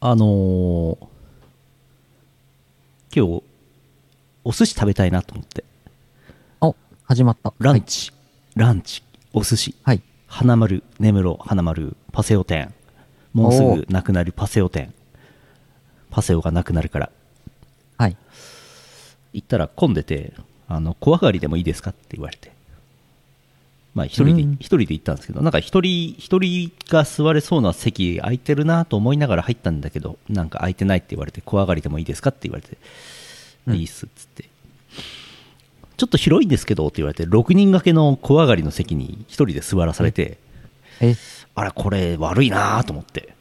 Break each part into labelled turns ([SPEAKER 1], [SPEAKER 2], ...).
[SPEAKER 1] あのー今日、お寿司食べたいなと思って。
[SPEAKER 2] お、始まった。
[SPEAKER 1] ランチ、ランチ、お寿司、
[SPEAKER 2] はい。
[SPEAKER 1] 花丸、根室、花丸、パセオ店。もうすぐなくなるパセオ店。パセオがなくなるから。
[SPEAKER 2] はい。
[SPEAKER 1] 行ったら混んでて、あの、小上がりでもいいですかって言われて。まあ、一人で、
[SPEAKER 2] うん
[SPEAKER 1] 一人で行ったんですけど、なんか一人、一人が座れそうな席空いてるなと思いながら入ったんだけど、なんか空いてないって言われて、小上がりでもいいですかって言われて、
[SPEAKER 2] うん
[SPEAKER 1] いいっすっつって。ちょっと広いんですけどって言われて、6人掛けの小上がりの席に一人で座らされて、
[SPEAKER 2] え、
[SPEAKER 1] あら、これ悪いなと思って、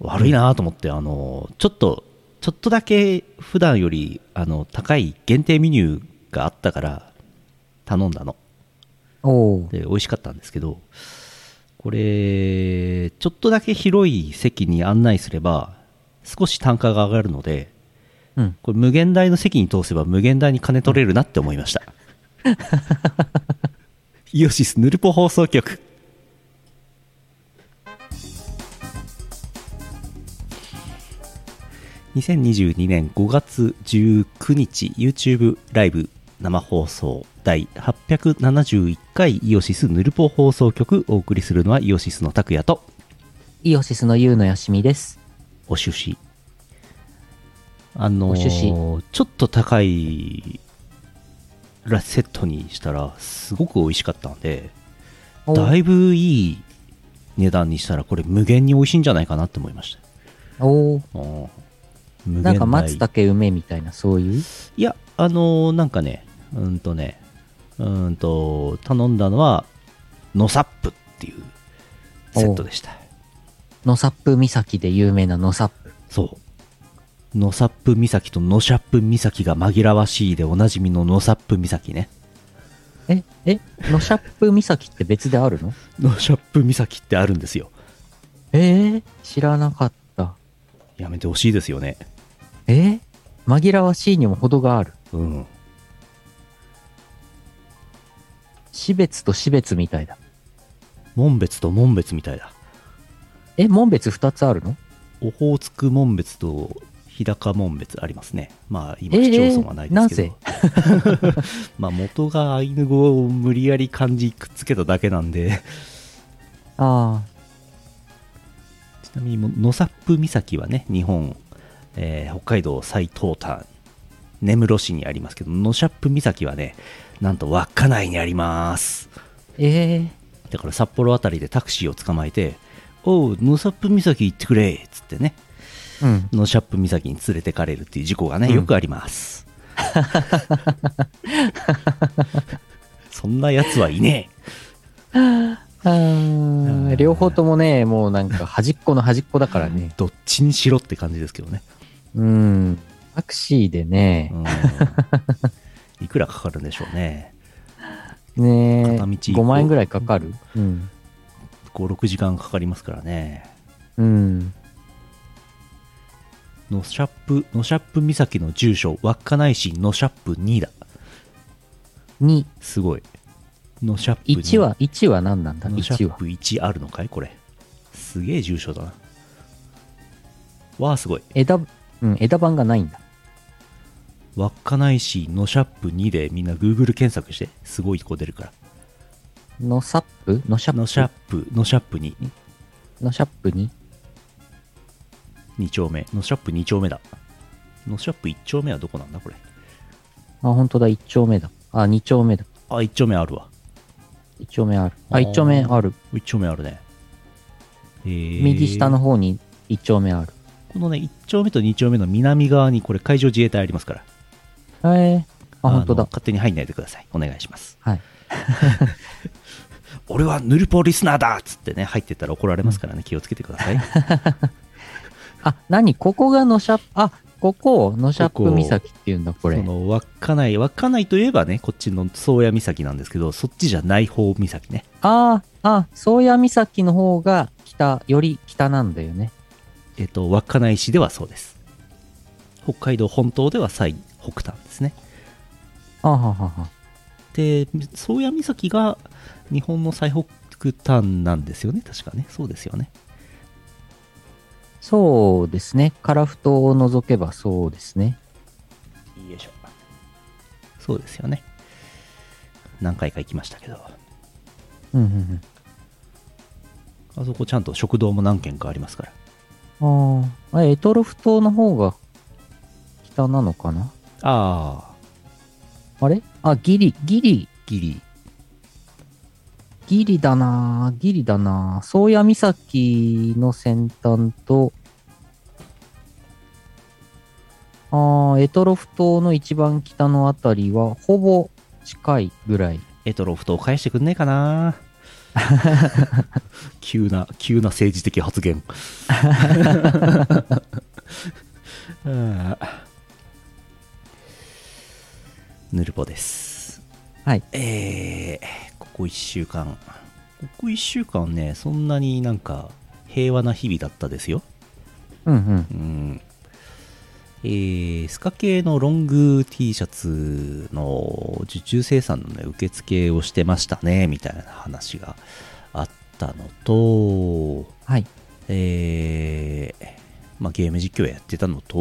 [SPEAKER 1] 悪いなと思って、あの、ちょっと、ちょっとだけ普段より、あの、高い限定メニューがあったから、頼んだの。
[SPEAKER 2] おー
[SPEAKER 1] で、美味しかったんですけど、これ、ちょっとだけ広い席に案内すれば、少し単価が上がるので、
[SPEAKER 2] うん。
[SPEAKER 1] これ無限大の席に通せば無限大に金取れるなって思いました。 イオシスヌルポ放送局。2022年5月19日 YouTube ライブ生放送第871回イオシスヌルポ放送局お送りするのはイオシスの拓也と
[SPEAKER 2] イオシスのユウのよしみです。
[SPEAKER 1] お寿司あのー
[SPEAKER 2] お寿
[SPEAKER 1] ちょっと高いラセットにしたらすごく美味しかったんで
[SPEAKER 2] お
[SPEAKER 1] だいぶいい値段にしたらこれ無限に美味しいんじゃないかなって思いまし
[SPEAKER 2] おー
[SPEAKER 1] たうん無限
[SPEAKER 2] な
[SPEAKER 1] 大
[SPEAKER 2] んか松茸梅みたいな、そういう。
[SPEAKER 1] いやあのーなんかねうんとねうんと頼んだのはノサップっていうセットでした
[SPEAKER 2] ノサップ岬で有名なノサップ。
[SPEAKER 1] そう。ノサップ岬とノシャップ岬が紛らわしいでおなじみのノサップ岬ね。
[SPEAKER 2] え、え、ノシャップ岬って別であるの
[SPEAKER 1] ノシャップ岬ってあるんですよ。
[SPEAKER 2] えー、知らなかった。
[SPEAKER 1] やめてほしいですよね。
[SPEAKER 2] えー、紛らわしいにも程がある。
[SPEAKER 1] うん。
[SPEAKER 2] 死別と死別みたいだ。
[SPEAKER 1] 門別と門別みたいだ。
[SPEAKER 2] え、門別二つあるの
[SPEAKER 1] オホーツク門別と日高門別ありますね。まあ今
[SPEAKER 2] えー
[SPEAKER 1] 市町村はないですけど。
[SPEAKER 2] なぜ
[SPEAKER 1] まあ元がアイヌ語を無理やり漢字くっつけただけなんで、
[SPEAKER 2] あ
[SPEAKER 1] ちなみにもノサップ岬はね、日本、えー北海道最東端、根室市にありますけど、ノシャップ岬はね、なんと稚内にあります。
[SPEAKER 2] ー、えー、
[SPEAKER 1] だから札幌あたりでタクシーを捕まえて、おう、ノサップ岬行ってくれっつってね、
[SPEAKER 2] うん。
[SPEAKER 1] ノシャップ岬に連れてかれるっていう事故が
[SPEAKER 2] う
[SPEAKER 1] ね、
[SPEAKER 2] ん
[SPEAKER 1] よくあり ます。そんなやつはいねえ。
[SPEAKER 2] あー両方ともね、もうなんか端っこの端っこだからね。
[SPEAKER 1] どっちにしろって感じですけどね。
[SPEAKER 2] うん。タクシーでね
[SPEAKER 1] う、んいくらかかるんでしょうね。
[SPEAKER 2] ね
[SPEAKER 1] 片道
[SPEAKER 2] 5万円ぐらいかかる。うん。
[SPEAKER 1] 56時間かかりますからね
[SPEAKER 2] うん。
[SPEAKER 1] ノシャップノシャップ岬の住所稚内市ノシャップ2だ
[SPEAKER 2] 2、
[SPEAKER 1] すごいノシャップ
[SPEAKER 2] 1は、1は何なんだ
[SPEAKER 1] ノシャ
[SPEAKER 2] ?1
[SPEAKER 1] ッ
[SPEAKER 2] は。
[SPEAKER 1] プ1あるのかいこれすげえ住所だなわあすごい
[SPEAKER 2] 枝、うん、枝番がないんだ。
[SPEAKER 1] 稚内市ノシャップ2でみんな Google 検索してすごいとこ出るから
[SPEAKER 2] のサップのシャップ
[SPEAKER 1] ノシャップノシャップ2
[SPEAKER 2] のシャップに
[SPEAKER 1] 二丁目ノシャップ2丁目だノシャップ1丁目はどこなんだこれ
[SPEAKER 2] あ、本当だ、1丁目だ。あ、2丁目だ。
[SPEAKER 1] あ1丁目あるわ
[SPEAKER 2] 1丁目ある。
[SPEAKER 1] あ
[SPEAKER 2] あ、
[SPEAKER 1] ー
[SPEAKER 2] 1丁目ある。
[SPEAKER 1] 1丁目あるねえー
[SPEAKER 2] 右下の方に1丁目ある。
[SPEAKER 1] このね、1丁目と2丁目の南側に、これ、海上自衛隊ありますから、
[SPEAKER 2] えー、あ、本当
[SPEAKER 1] の
[SPEAKER 2] だ。
[SPEAKER 1] 勝手に入んないでください。お願いします。
[SPEAKER 2] はい。
[SPEAKER 1] 俺はヌルポリスナーだっつってね、入ってったら怒られますからね、気をつけてくだ さい。
[SPEAKER 2] あ、何ここがのシャップ、あ、ここをのシャッ
[SPEAKER 1] こ
[SPEAKER 2] プ
[SPEAKER 1] こ
[SPEAKER 2] 岬って言うんだ、これ
[SPEAKER 1] そ。の稚内、稚内といえばね、こっちの宗谷岬なんですけど、そっちじゃない方岬ね。
[SPEAKER 2] ああ、ああ、宗谷岬の方が北、より北なんだよね。
[SPEAKER 1] えっと、稚内市ではそうです。北海道本島では最北端ですね。
[SPEAKER 2] ああはあはあはあ。
[SPEAKER 1] で、宗谷岬が日本の最北端なんですよね、確かね。そうですよね。
[SPEAKER 2] そうですね。樺太を除けばそうですね。
[SPEAKER 1] よいしょそうですよね何回か行きましたけど
[SPEAKER 2] うんうん
[SPEAKER 1] あそこちゃんと食堂も何軒かありますから
[SPEAKER 2] うん。ああ。あれ、エトロフ島の方が北なのかな
[SPEAKER 1] ああ
[SPEAKER 2] あれあ、ギリ、ギリ、
[SPEAKER 1] ギリ
[SPEAKER 2] ギリだなぁギリだなぁ宗谷岬の先端と、あー、エトロフ島の一番北のあたりは、ほぼ近いぐらい。
[SPEAKER 1] エトロフトを返してくんねえか な急な急な政治的発 言ああヌルポです
[SPEAKER 2] はい
[SPEAKER 1] えー、ここ1週間ここ1週間ねそんなになんか平和な日々だったですよ
[SPEAKER 2] うんうん。
[SPEAKER 1] うんえースカ系のロング T シャツの受注生産の、ね、受付をしてましたねみたいな話があったのと、
[SPEAKER 2] はい。
[SPEAKER 1] えーまあ、ゲーム実況やってたのと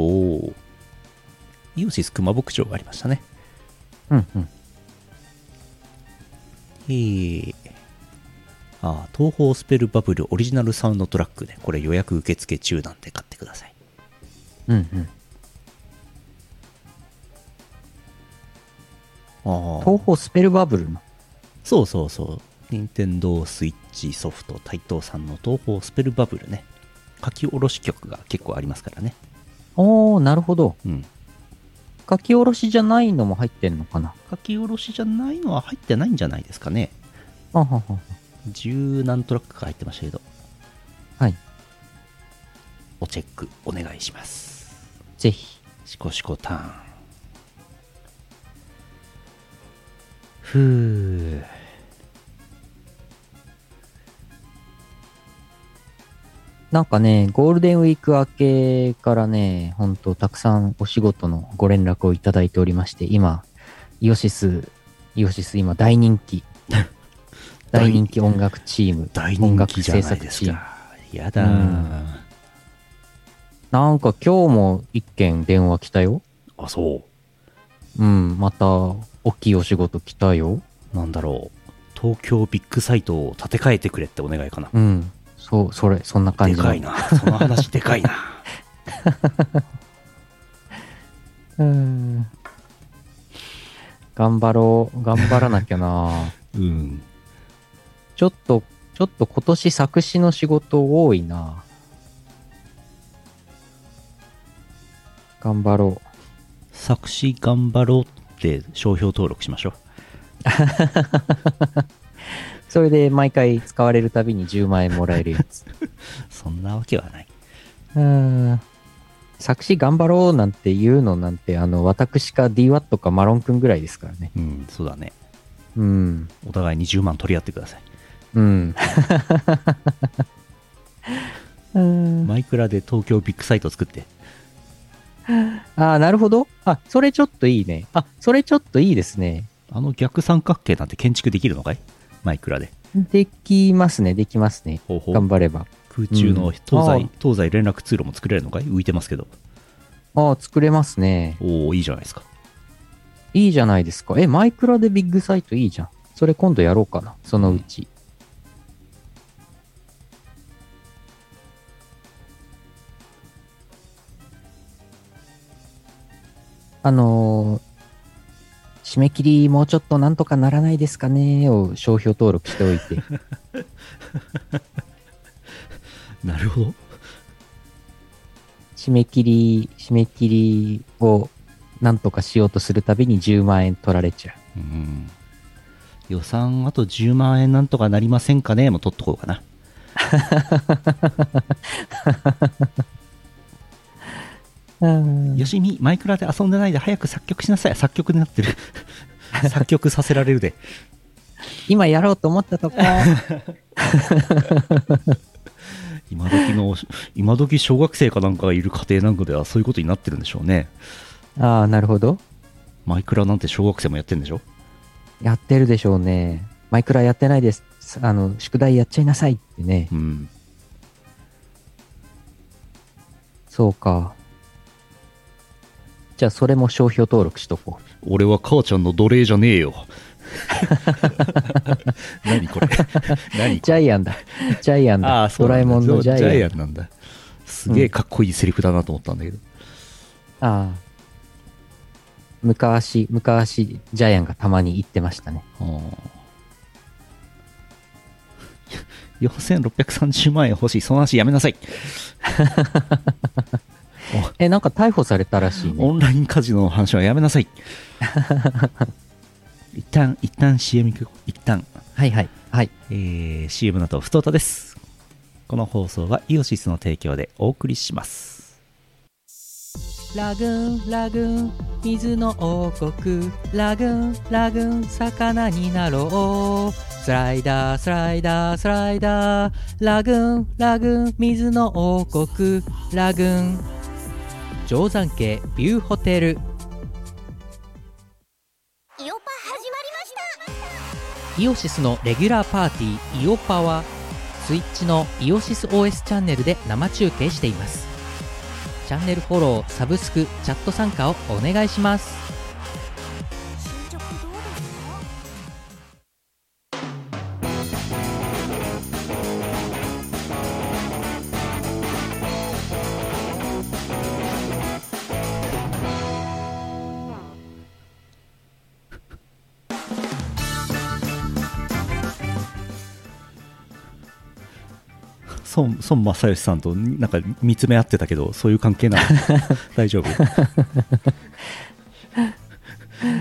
[SPEAKER 1] イオシス熊牧場がありましたね、
[SPEAKER 2] うんうん。
[SPEAKER 1] えーあー東宝スペルバブルオリジナルサウンドトラックねこれ予約受付中なんで買ってください
[SPEAKER 2] うんうん。
[SPEAKER 1] あー
[SPEAKER 2] 東方スペルバブルの。
[SPEAKER 1] そうそうそう。任天堂スイッチソフト、台東さんの東宝スペルバブルね。書き下ろし曲が結構ありますからね。
[SPEAKER 2] おー、なるほど。
[SPEAKER 1] うん。
[SPEAKER 2] 書き下ろしじゃないのも入ってんのかな。
[SPEAKER 1] 書き下ろしじゃないのは入ってないんじゃないですかね。
[SPEAKER 2] あははは。
[SPEAKER 1] 十何トラックか入ってましたけど、
[SPEAKER 2] はい。
[SPEAKER 1] おチェックお願いします。
[SPEAKER 2] ぜひ。
[SPEAKER 1] シコシコターン。ふぅ。
[SPEAKER 2] なんかね、ゴールデンウィーク明けからね、ほんとたくさんお仕事のご連絡をいただいておりまして、今、イオシス、イオシス今大人 気。大人気音楽チーム。
[SPEAKER 1] 大
[SPEAKER 2] 音
[SPEAKER 1] 人
[SPEAKER 2] 楽
[SPEAKER 1] 気じゃな
[SPEAKER 2] 制
[SPEAKER 1] い
[SPEAKER 2] 作
[SPEAKER 1] で
[SPEAKER 2] チ
[SPEAKER 1] す
[SPEAKER 2] ーム。
[SPEAKER 1] か。やだー
[SPEAKER 2] なんか今日も一件電話来たよ。
[SPEAKER 1] あ、そう。
[SPEAKER 2] うん、また大きいお仕事来たよ。
[SPEAKER 1] なんだろう、東京ビッグサイトを建て替えてくれってお願いかな。
[SPEAKER 2] うん、そう、それ、そんな感
[SPEAKER 1] で
[SPEAKER 2] じの
[SPEAKER 1] かいな、その話でかいな。
[SPEAKER 2] うん。頑張ろう。頑張らなきゃな。
[SPEAKER 1] う ん。
[SPEAKER 2] ちょっと、ちょっと今年作詞の仕事多いな。頑張ろう。
[SPEAKER 1] 作詞頑張ろうって商標登録しましょう。
[SPEAKER 2] それで毎回使われるたびに10万円もらえるやつ。
[SPEAKER 1] そんなわけはない。
[SPEAKER 2] うーん。作詞頑張ろうなんて言うのなんて、あの、私か DWAT かマロンくんぐらいですからね。
[SPEAKER 1] うん、そうだね。
[SPEAKER 2] うん。
[SPEAKER 1] お互いに10万取り合ってください。
[SPEAKER 2] うん。 うん、あ
[SPEAKER 1] マイクラで東京ビッグサイト作って。
[SPEAKER 2] あ、なるほど。あ、それちょっといいね。あ、それちょっといいですね。
[SPEAKER 1] あの逆三角形なんて建築できるのかいマイクラで。
[SPEAKER 2] できますね、できますね。
[SPEAKER 1] ほうほう
[SPEAKER 2] 頑張れば。
[SPEAKER 1] 空中の東
[SPEAKER 2] あ
[SPEAKER 1] 西、
[SPEAKER 2] ー
[SPEAKER 1] 東西連絡通路も作れるのかい浮いてますけど。
[SPEAKER 2] ああ、作れますね。
[SPEAKER 1] おおいいじゃないですか。
[SPEAKER 2] いいじゃないですか。え、マイクラでビッグサイトいいじゃん。それ今度やろうかな。そのうち。あのー締め切りもうちょっとなんとかならないですかねを商標登録しておいて。
[SPEAKER 1] なるほど。
[SPEAKER 2] 締め切り、締め切りをなんとかしようとするたびに10万円取られちゃ
[SPEAKER 1] う
[SPEAKER 2] う。
[SPEAKER 1] ん予算あと10万円なんとかなりませんかねもう取っとこうかなよしみマイクラで遊んでないで早く作曲しなさい作 曲になってる作曲させられるで
[SPEAKER 2] 今やろうと思った とこ。
[SPEAKER 1] 今時の今時小学生かなんかがいる家庭なんかではそういうことになってるんでしょうね
[SPEAKER 2] ああ、なるほど。
[SPEAKER 1] マイクラなんて小学生もやってるんでしょ
[SPEAKER 2] やってるでしょうね。マイクラやってないです。あの、宿題やっちゃいなさいってね
[SPEAKER 1] う。ん
[SPEAKER 2] そうか。じゃあ、それも商標登録しとこう。
[SPEAKER 1] 俺は母ちゃんの奴隷じゃねえ よ何これ何こ
[SPEAKER 2] ジ
[SPEAKER 1] れ
[SPEAKER 2] ャイアン だ。ジャイアンだ。ドラえもんのジャイアン。
[SPEAKER 1] ンなんだすげえかっこいいセリフだなと思ったんだけど、
[SPEAKER 2] ああ。昔、昔、ジャイアンがたまに言ってましたね。
[SPEAKER 1] あー4630万円欲しいその話やめ なさい
[SPEAKER 2] え、なんか逮捕されたらしいね。
[SPEAKER 1] オンラインカジノの話はやめなさい一旦一旦 CM 行く一旦
[SPEAKER 2] はいはい。はい。
[SPEAKER 1] えー CM の後ふとたですこの放送はイオシスの提供でお送りします
[SPEAKER 2] ラグーン、ラグーン、水の王国。ラグーン、ラグーン、魚になろう。スライダー、スライダー、スライダー。ラグーン、ラグーン、水の王国。ラグーン。定山家ビューホテル。
[SPEAKER 3] イオパ始まりました
[SPEAKER 2] イオシスのレギュラーパーティー「イオパ」はスイッチのイオシス OS チャンネルで生中継していますチャンネルフォローサブスクチャット参加をお願いします
[SPEAKER 3] 進捗どうですか
[SPEAKER 1] 孫孫正義さんとなんか見つめ合ってたけどそういう関係 なの大丈夫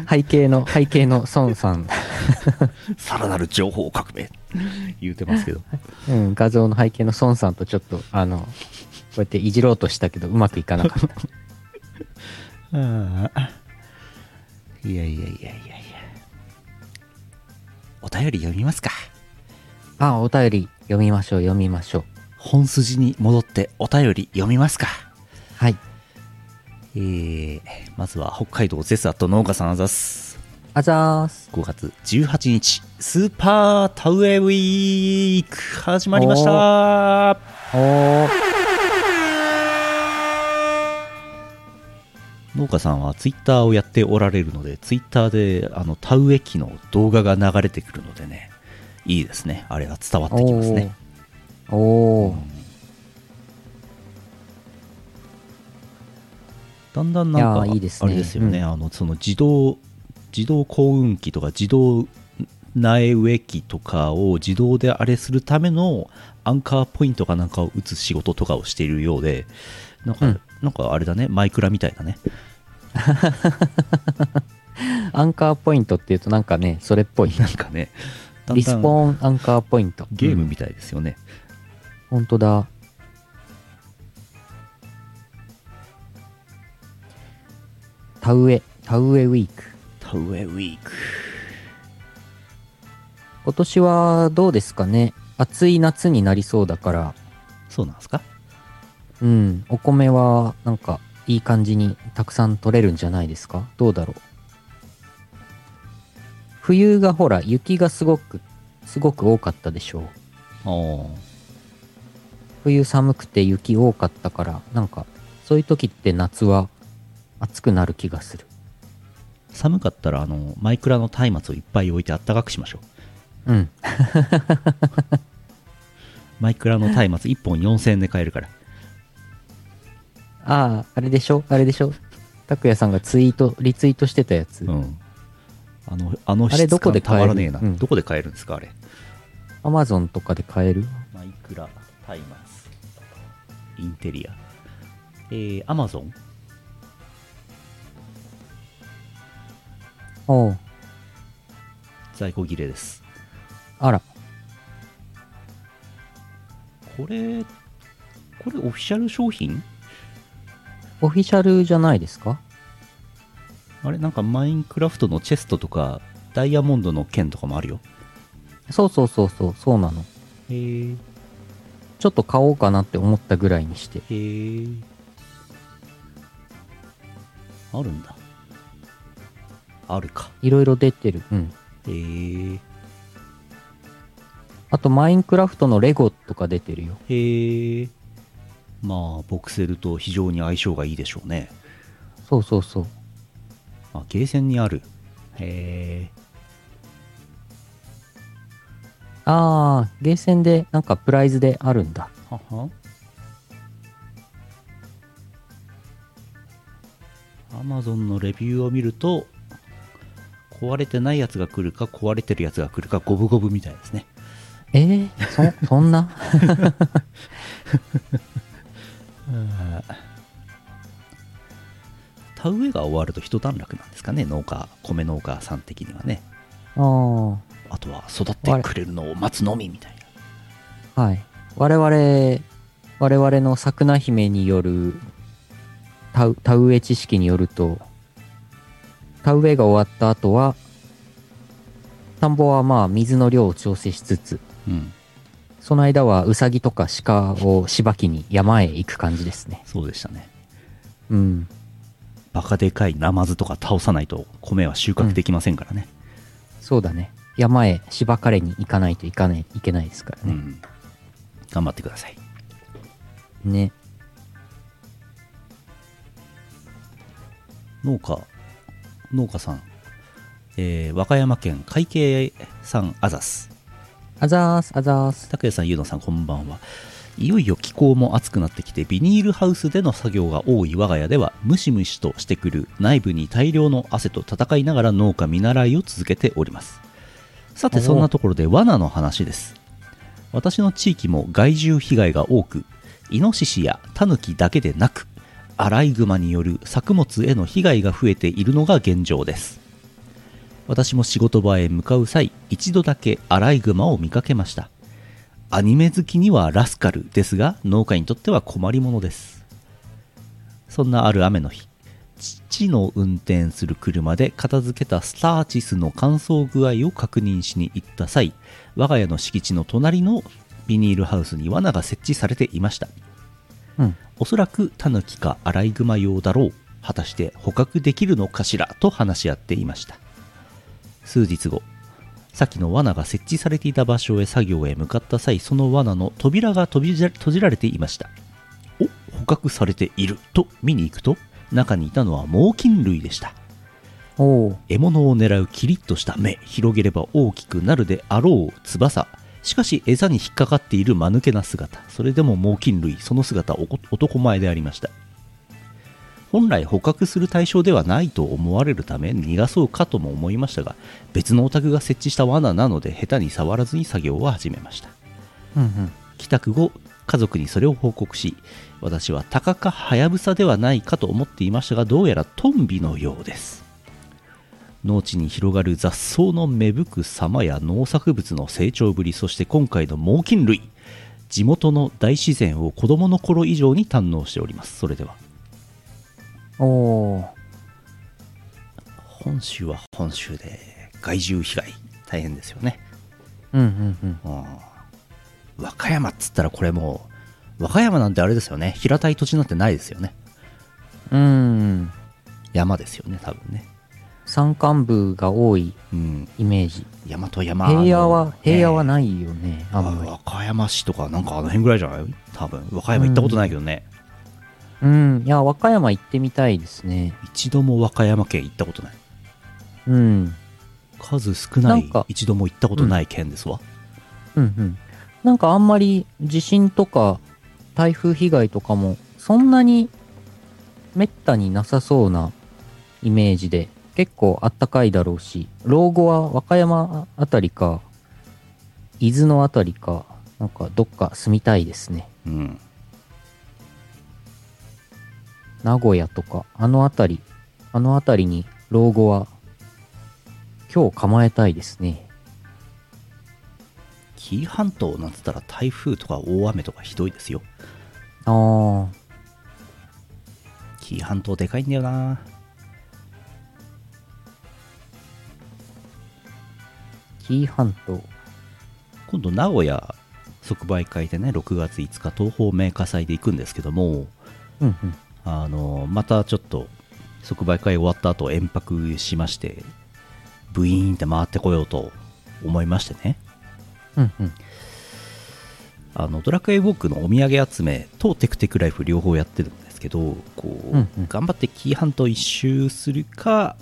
[SPEAKER 2] 背景の背景の孫さん、
[SPEAKER 1] さらなる情報革命言うてますけど
[SPEAKER 2] うん、画像の背景の孫さんとちょっとあのこうやっていじろうとしたけどうまくいかなかった
[SPEAKER 1] ああいやいやいやいやいやお便り読みますか
[SPEAKER 2] あお便り読みましょう読みましょう
[SPEAKER 1] 本筋に戻ってお便り読みますか
[SPEAKER 2] はい
[SPEAKER 1] えー、まずは北海道ゼスアット農家さんあざっす
[SPEAKER 2] あざーす
[SPEAKER 1] 5月18日スーパー田植えウィーク始まりました
[SPEAKER 2] おおー
[SPEAKER 1] 農家さんはツイッターをやっておられるのでツイッターであの田植え機の動画が流れてくるのでねいいですねあれが伝わってきますね
[SPEAKER 2] おおー
[SPEAKER 1] だんだんなんか
[SPEAKER 2] いやーいいです
[SPEAKER 1] あ
[SPEAKER 2] ね
[SPEAKER 1] れですよね、あのその自動自動耕運機とか自動苗植え機とかを自動であれするためのアンカーポイントかなんかを打つ仕事とかをしているようでなんか、
[SPEAKER 2] うん
[SPEAKER 1] なんかあれだねマイクラみたいだね
[SPEAKER 2] アンカーポイントっていう となんかねそれっぽい
[SPEAKER 1] なんかねだんだん
[SPEAKER 2] リスポーンアンカーポイント。
[SPEAKER 1] ゲーム
[SPEAKER 2] うん
[SPEAKER 1] みたいですよね、
[SPEAKER 2] 本当だ。田植え、田植えウィーク。
[SPEAKER 1] 田植えウィーク
[SPEAKER 2] 今年はどうですかね暑い夏になりそうだから、
[SPEAKER 1] そうなんですか
[SPEAKER 2] うん、お米はなんかいい感じにたくさん取れるんじゃないですかどうだろう冬がほら、雪がすごく、すごく多かったでしょう。
[SPEAKER 1] あー
[SPEAKER 2] 冬寒くて雪多かったからなんかそういう時って夏は暑くなる気がする
[SPEAKER 1] 寒かったらあのマイクラの松明をいっぱい置いてあったかくしましょう
[SPEAKER 2] うん
[SPEAKER 1] マイクラの松明1本4000円で買えるから
[SPEAKER 2] あああれでしょあれでしょ拓也さんがツイートリツイートしてたやつ、
[SPEAKER 1] うん、あのあの
[SPEAKER 2] あれ
[SPEAKER 1] 質
[SPEAKER 2] どこ
[SPEAKER 1] 感
[SPEAKER 2] で
[SPEAKER 1] た
[SPEAKER 2] 買え
[SPEAKER 1] ま
[SPEAKER 2] る
[SPEAKER 1] らねえな、
[SPEAKER 2] うん
[SPEAKER 1] どこで買えるんですかあれ
[SPEAKER 2] アマゾンとかで買える
[SPEAKER 1] マイクラタイマスインテリアえー、アマゾン
[SPEAKER 2] おう
[SPEAKER 1] 在庫切れです
[SPEAKER 2] あら
[SPEAKER 1] これこれオフィシャル商品
[SPEAKER 2] オフィシャルじゃないですか
[SPEAKER 1] あれなんかマインクラフトのチェストとかダイヤモンドの剣とかもあるよ
[SPEAKER 2] そうそうそうそうそうなの
[SPEAKER 1] へえ
[SPEAKER 2] ちょっと買おうかなって思ったぐらいにして
[SPEAKER 1] へえあるんだあるか
[SPEAKER 2] いろいろ出てるうん
[SPEAKER 1] へえ
[SPEAKER 2] あとマインクラフトのレゴとか出てるよ
[SPEAKER 1] へえまあボクセルと非常に相性がいいでしょうね
[SPEAKER 2] そうそうそう。
[SPEAKER 1] あゲーセンにあるへえ
[SPEAKER 2] ああ、ゲーセンでなんかプライズであるんだ。
[SPEAKER 1] ははアマゾンのレビューを見ると壊れてないやつが来るか壊れてるやつが来るか五分五分みたいですね
[SPEAKER 2] えー、そ、そん な
[SPEAKER 1] 田植えが終わると一段落なんですかね農家米農家さん的にはね
[SPEAKER 2] ああ、は。
[SPEAKER 1] あとは育ってくれるのを待つのみみたいない
[SPEAKER 2] 我々、我々の桜姫による田う田植え知識によると、田植えが終わった後は、田んぼはまあ水の量を調整しつつ、
[SPEAKER 1] うん
[SPEAKER 2] その間はウサギとか鹿をしばきに山へ行く感じですね。
[SPEAKER 1] そうでしたね
[SPEAKER 2] うん。
[SPEAKER 1] バカでかいナマズとか倒さないと米は収穫できませんからね、
[SPEAKER 2] そうだね。山へ芝刈りに行かないといかないいけないですから
[SPEAKER 1] うん
[SPEAKER 2] ね。
[SPEAKER 1] 頑張ってください
[SPEAKER 2] ね。
[SPEAKER 1] 農家農家さん、えー和歌山県会計さんあざす
[SPEAKER 2] あざーす、あざーす。
[SPEAKER 1] 拓也さん、ゆうのさん、こんばんは。いよいよ気候も暑くなってきて、ビニールハウスでの作業が多い我が家では、ムシムシとしてくる内部に大量の汗と戦いながら農家見習いを続けております。さて、
[SPEAKER 2] おお
[SPEAKER 1] そんなところで罠の話です。私の地域も害獣被害が多く、イノシシやタヌキだけでなく、アライグマによる作物への被害が増えているのが現状です。私も仕事場へ向かう際、一度だけアライグマを見かけました。アニメ好きにはラスカルですが農家にとっては困りものですそんなある雨の日父の運転する車で片付けたスターチスの乾燥具合を確認しに行った際我が家の敷地の隣のビニールハウスに罠が設置されていました
[SPEAKER 2] うん。
[SPEAKER 1] おそらくタヌキかアライグマ用だろう果たして捕獲できるのかしらと話し合っていました数日後さっきの罠が設置されていた場所へ作業へ向かった際その罠の扉が閉じ閉じられていましたお捕獲されていると見に行くと中にいたのは猛禽類でした
[SPEAKER 2] おお。
[SPEAKER 1] 獲物を狙うキリッとした目広げれば大きくなるであろう翼しかし餌に引っかかっている間抜けな姿それでも猛禽類その姿はおこ男前でありました本来捕獲する対象ではないと思われるため逃がそうかとも思いましたが別のお宅が設置した罠なので下手に触らずに作業を始めました
[SPEAKER 2] うんうん。
[SPEAKER 1] 帰宅後家族にそれを報告し私はタカかハヤブサではないかと思っていましたがどうやらトンビのようです農地に広がる雑草の芽吹く様や農作物の成長ぶりそして今回の猛禽類地元の大自然を子供の頃以上に堪能しておりますそれでは
[SPEAKER 2] おお。
[SPEAKER 1] 本州は本州で害獣被害大変ですよね
[SPEAKER 2] うんうんうん。
[SPEAKER 1] うん和歌山っつったらこれもう和歌山なんてあれですよね平たい土地なんてないですよね
[SPEAKER 2] うーん。
[SPEAKER 1] 山ですよね多分ね
[SPEAKER 2] 山間部が多い
[SPEAKER 1] うん
[SPEAKER 2] イメージ。
[SPEAKER 1] 山と山
[SPEAKER 2] 平野は、平野は
[SPEAKER 1] な
[SPEAKER 2] ないよね、あんまり。
[SPEAKER 1] 和歌山市とかなんかあの辺ぐらいじゃない多分和歌山行ったことないけどね、
[SPEAKER 2] うん。いや、和歌山行ってみたいですね。
[SPEAKER 1] 一度も和歌山県行ったことない
[SPEAKER 2] うん。
[SPEAKER 1] 数少な
[SPEAKER 2] ないんか
[SPEAKER 1] 一度も行ったことない県ですわ、
[SPEAKER 2] うんうん。なんかあんまり地震とか台風被害とかもそんなにめったになさそうなイメージで結構あったかいだろうし老後は和歌山あたりか伊豆のあたりかなんかどっか住みたいですね
[SPEAKER 1] うん
[SPEAKER 2] 名古屋とかあのあたりあのあたりに老後は今日構えたいですね
[SPEAKER 1] 紀伊半島なんつったら台風とか大雨とかひどいですよ
[SPEAKER 2] ああ
[SPEAKER 1] 紀伊半島でかいんだよな
[SPEAKER 2] 紀伊半島
[SPEAKER 1] 今度名古屋即売会でね6月5日東宝メーカー祭で行くんですけども
[SPEAKER 2] うんうん
[SPEAKER 1] あのまたちょっと即売会終わった後延泊しましてブイーンって回ってこようと思いましてね
[SPEAKER 2] うんうん
[SPEAKER 1] あのドラクエウォークのお土産集めとテクテクライフ両方やってるんですけどこう、
[SPEAKER 2] うんうん
[SPEAKER 1] 頑張って紀伊半島一周するか、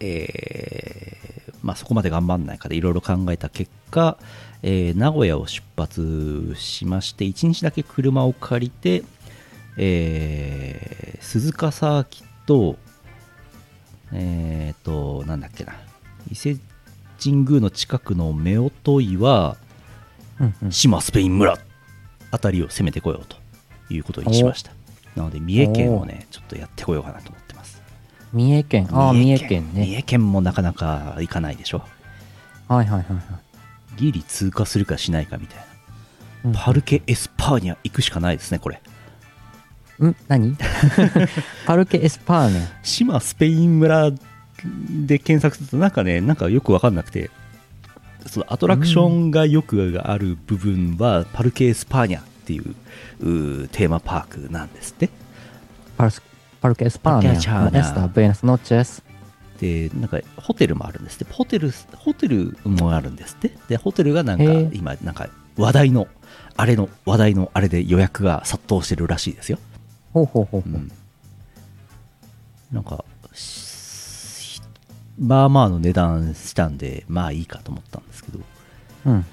[SPEAKER 1] えーまあ、そこまで頑張んないかでいろいろ考えた結果、えー名古屋を出発しまして1日だけ車を借りて、えー鈴鹿サーキットえー、となんだっけな伊勢神宮の近くの夫婦岩
[SPEAKER 2] うんうん
[SPEAKER 1] 島スペイン村あたりを攻めてこようということにしましたなので三重県をねちょっとやってこようかなと思ってます
[SPEAKER 2] 三重県。ああ、三重県
[SPEAKER 1] 三
[SPEAKER 2] ね。
[SPEAKER 1] 重県もなかなか行かないでしょ
[SPEAKER 2] はいはいはいはい
[SPEAKER 1] ギリ通過するかしないかみたい
[SPEAKER 2] うん
[SPEAKER 1] な。パルケ・エスパーニャ行くしかないですねこれ
[SPEAKER 2] ん何 パルケ・エスパーネ。
[SPEAKER 1] 島スペイン村で検索するとなんかねなんかよく分かんなくてそのアトラクションがよくある部分はパルケ・エスパーニャっていううーテーマパークなんですって
[SPEAKER 2] パルスパルケ・エスパーネ。
[SPEAKER 1] パルケエスパーネ
[SPEAKER 2] エスタ・ベナス・ノッチェス。
[SPEAKER 1] でなんかホテルもあるんですってホテルホテルもあるんですってでホテルがなんか
[SPEAKER 2] へえ
[SPEAKER 1] 今なんか話題のあれの話題のあれで予約が殺到してるらしいですよ、
[SPEAKER 2] ほうほうほうほ
[SPEAKER 1] う
[SPEAKER 2] う。
[SPEAKER 1] ん、なんかしまあまあの値段したんでまあいいかと思ったんですけど
[SPEAKER 2] うん。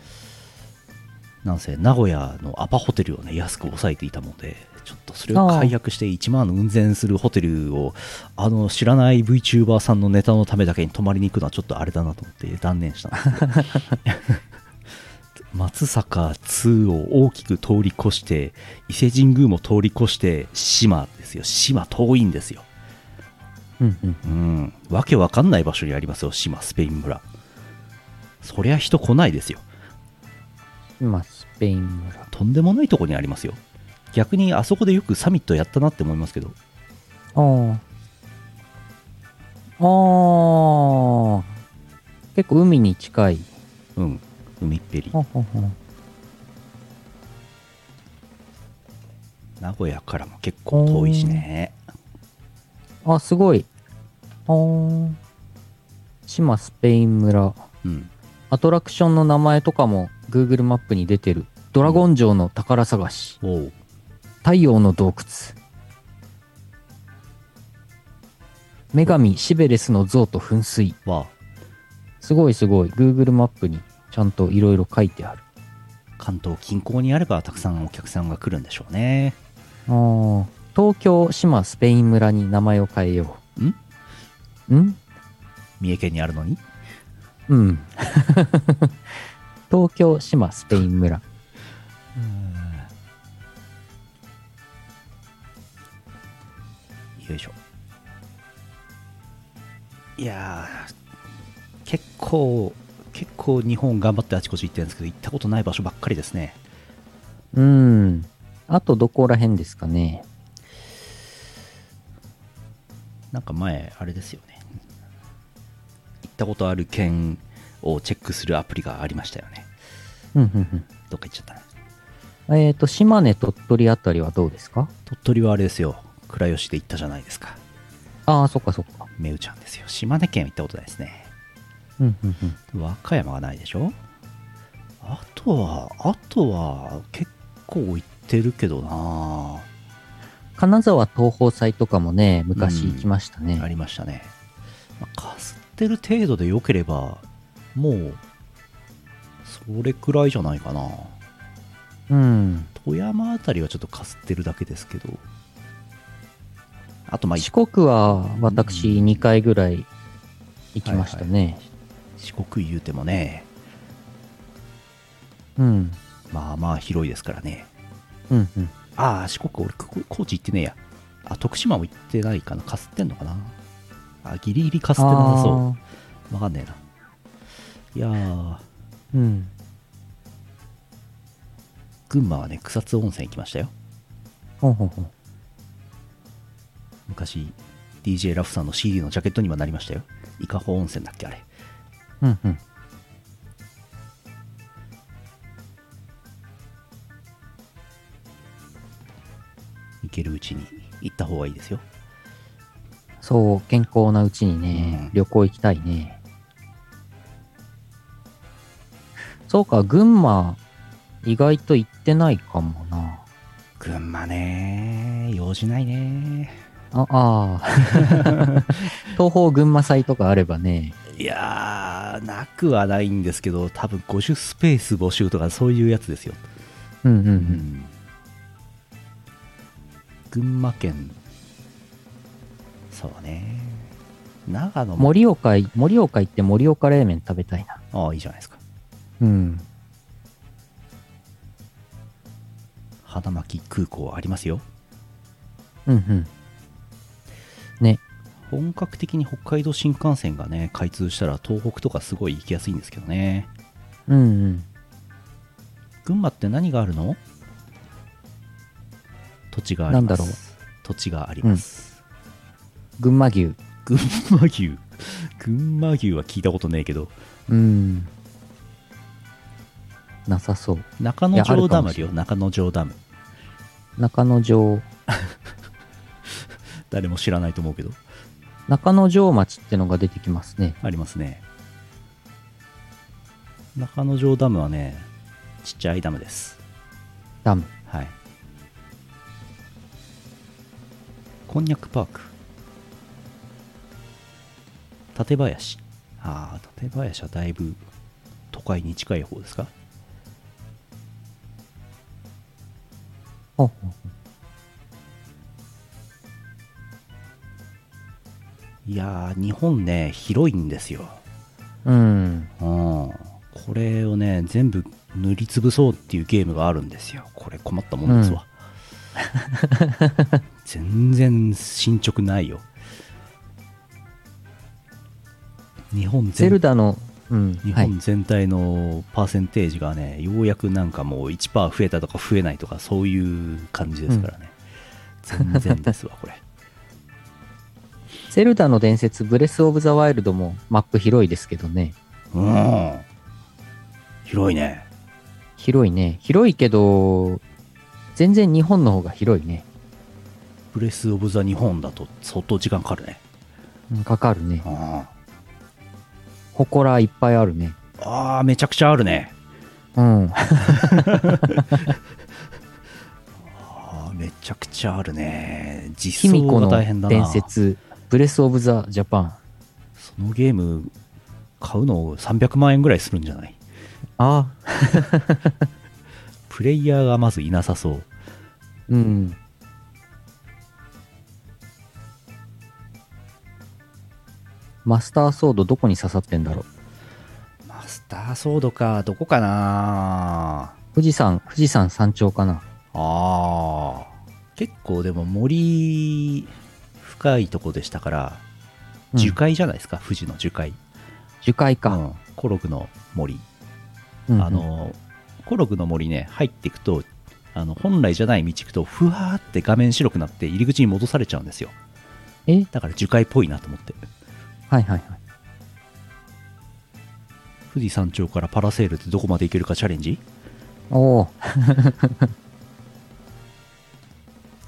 [SPEAKER 1] なんせ名古屋のアパホテルをね安く抑えていたものでちょっとそれを解約して1万運転するホテルをあの知らない VTuber さんのネタのためだけに泊まりに行くのはちょっとあれだなと思って断念したんですけど 松坂2を大きく通り越して伊勢神宮も通り越して島ですよ島遠いんですよ
[SPEAKER 2] うんうん。
[SPEAKER 1] うんわけわかんない場所にありますよ島スペイン村そりゃ人来ないですよ
[SPEAKER 2] 今、スペイン村。
[SPEAKER 1] とんでもないとこにありますよ逆にあそこでよくサミットやったなって思いますけど
[SPEAKER 2] ああ。ああ。結構海に近い。
[SPEAKER 1] うん海っぺり
[SPEAKER 2] ほうほうほう。
[SPEAKER 1] 名古屋からも結構遠いしね
[SPEAKER 2] あ、すごい。あー島スペイン村。
[SPEAKER 1] うん
[SPEAKER 2] アトラクションの名前とかも Google マップに出てる。ドラゴン城の宝探し。
[SPEAKER 1] おう
[SPEAKER 2] 太陽の洞窟。女神シベレスの像と噴水。
[SPEAKER 1] は
[SPEAKER 2] すごいすごい。Google マップにちゃんといろいろ書いてある。
[SPEAKER 1] 関東近郊にあればたくさんお客さんが来るんでしょうね
[SPEAKER 2] あー東京島スペイン村に名前を変えよ
[SPEAKER 1] ん
[SPEAKER 2] う。ん
[SPEAKER 1] 三重県にあるのに
[SPEAKER 2] うん。 東京島スペイン村。
[SPEAKER 1] よいしょいやー結構結構日本頑張ってあちこち行ってるんですけど行ったことない場所ばっかりですね
[SPEAKER 2] うん。あとどこら辺ですかね。
[SPEAKER 1] なんか前あれですよね行ったことある県をチェックするアプリがありましたよね
[SPEAKER 2] うんうん
[SPEAKER 1] どっか行っちゃったな
[SPEAKER 2] うん。えっ、と、島根、鳥取あたりはどうですか
[SPEAKER 1] 鳥取はあれですよ倉吉で行ったじゃないですか
[SPEAKER 2] ああ、そっかそっか。
[SPEAKER 1] めうちゃんですよ島根県は行ったことないですね
[SPEAKER 2] うんうんうん。
[SPEAKER 1] 和歌山がないでしょあとはあとは結構行ってるけどな、
[SPEAKER 2] 金沢東宝祭とかもね、昔行きましたね。
[SPEAKER 1] ありましたね、まあ、かすってる程度でよければもうそれくらいじゃないかな
[SPEAKER 2] うん。
[SPEAKER 1] 富山あたりはちょっとかすってるだけですけどあとまあ
[SPEAKER 2] 四国は私
[SPEAKER 1] うん
[SPEAKER 2] 2回ぐらい行きましたね。
[SPEAKER 1] 四国言うてもね
[SPEAKER 2] うん。
[SPEAKER 1] まあまあ広いですからね
[SPEAKER 2] うんうん。
[SPEAKER 1] ああ四国俺ここ高知行ってねえやあ徳島も行ってないかなかすってんのかなあギリギリかすってなさそ
[SPEAKER 2] あー
[SPEAKER 1] うわかんねえないやー
[SPEAKER 2] うん。
[SPEAKER 1] 群馬はね草津温泉行きましたよ
[SPEAKER 2] ほうほうほう。
[SPEAKER 1] 昔 DJ ラフさんの CD のジャケットにはなりましたよ伊香保温泉だっけあれ
[SPEAKER 2] うんうん。
[SPEAKER 1] 行けるうちに行った方がいいですよ
[SPEAKER 2] そう、健康なうちにね、
[SPEAKER 1] うん
[SPEAKER 2] 旅行行きたいね。そうか、群馬、意外と行っしてないかもな。
[SPEAKER 1] 群馬ね用事ないね
[SPEAKER 2] ああ ー、東方群馬祭とかあればね、
[SPEAKER 1] いやーなくはないんですけど多分50スペース募集とかそういうやつですよ、
[SPEAKER 2] うんうんう。
[SPEAKER 1] うんん、群馬県そうね長野も
[SPEAKER 2] 盛岡い、盛岡行って盛岡冷麺食べたいな。
[SPEAKER 1] ああいいじゃないですか
[SPEAKER 2] うん。
[SPEAKER 1] 花巻空港ありますよ
[SPEAKER 2] うんうん。
[SPEAKER 1] 本格的に北海道新幹線がね開通したら東北とかすごい行きやすいんですけどね
[SPEAKER 2] うんうん。
[SPEAKER 1] 群馬って何があるの土地があります
[SPEAKER 2] なんだろう
[SPEAKER 1] 土地があります、
[SPEAKER 2] 群馬牛。
[SPEAKER 1] 群馬牛群馬牛は聞いたことねえけど
[SPEAKER 2] うん。なさそう。
[SPEAKER 1] 中
[SPEAKER 2] い
[SPEAKER 1] 野
[SPEAKER 2] やあ
[SPEAKER 1] 城ダ
[SPEAKER 2] るか
[SPEAKER 1] ム
[SPEAKER 2] も
[SPEAKER 1] あ
[SPEAKER 2] し
[SPEAKER 1] る
[SPEAKER 2] れ
[SPEAKER 1] よ中野城ダム
[SPEAKER 2] 中野城。
[SPEAKER 1] 誰も知らないと思うけど
[SPEAKER 2] 中野城町ってのが出てきますね。
[SPEAKER 1] ありますね中野城ダムはねちっちゃいダムです
[SPEAKER 2] ダム。
[SPEAKER 1] はいこんにゃくパーク館林ああ館林はだいぶ都会に近い方ですか
[SPEAKER 2] ほうほう
[SPEAKER 1] いやー日本ね広いんですよ
[SPEAKER 2] うん。
[SPEAKER 1] うんこれをね全部塗りつぶそうっていうゲームがあるんですよこれ困ったもんですわ、全然進捗ないよ日本
[SPEAKER 2] ゼ
[SPEAKER 1] 全
[SPEAKER 2] ルダの、うん。
[SPEAKER 1] 日
[SPEAKER 2] はい。
[SPEAKER 1] 本全体のパーセンテージがね、ようやくなんかもう1%増えたとか増えないとかそういう感じですからね、全然ですわこ れ
[SPEAKER 2] ゼルダの伝説、ブレス・オブ・ザ・ワイルドもマップ広いですけどね。
[SPEAKER 1] うん広いね
[SPEAKER 2] 広いね。広いけど、全然日本の方が広いね。
[SPEAKER 1] ブレス・オブ・ザ・日本だと相当時間かかるね
[SPEAKER 2] うんかかるね。
[SPEAKER 1] あ
[SPEAKER 2] 祠いっぱいあるね。
[SPEAKER 1] あーめちゃくちゃあるね
[SPEAKER 2] うん。
[SPEAKER 1] ああめちゃくちゃあるね
[SPEAKER 2] 卑
[SPEAKER 1] 実
[SPEAKER 2] 弥
[SPEAKER 1] 装
[SPEAKER 2] 呼
[SPEAKER 1] が
[SPEAKER 2] の
[SPEAKER 1] 大変だな
[SPEAKER 2] 伝説、ブレス・オブ・ザ・ジャパン。
[SPEAKER 1] そのゲーム買うの300万円ぐらいするんじゃない
[SPEAKER 2] ああ。
[SPEAKER 1] プレイヤーがまずいなさそう
[SPEAKER 2] うん。マスターソードどこに刺さってんだろう
[SPEAKER 1] マスターソードかどこかな
[SPEAKER 2] 富士山、富士山山頂かな。
[SPEAKER 1] あー結構でも森深いとこでしたから
[SPEAKER 2] うん
[SPEAKER 1] 樹海じゃないですか、富士の樹海
[SPEAKER 2] 樹海
[SPEAKER 1] う
[SPEAKER 2] か。
[SPEAKER 1] んコロクの森、
[SPEAKER 2] うんうん
[SPEAKER 1] あ、のコロクの森ね入っていくとあの本来じゃない道行くとふわーって画面白くなって入り口に戻されちゃうんですよ
[SPEAKER 2] え
[SPEAKER 1] だから樹海っぽいなと思って
[SPEAKER 2] はいはいはい。
[SPEAKER 1] 富士山頂からパラセールってどこまで行けるかチャレンジ
[SPEAKER 2] おお、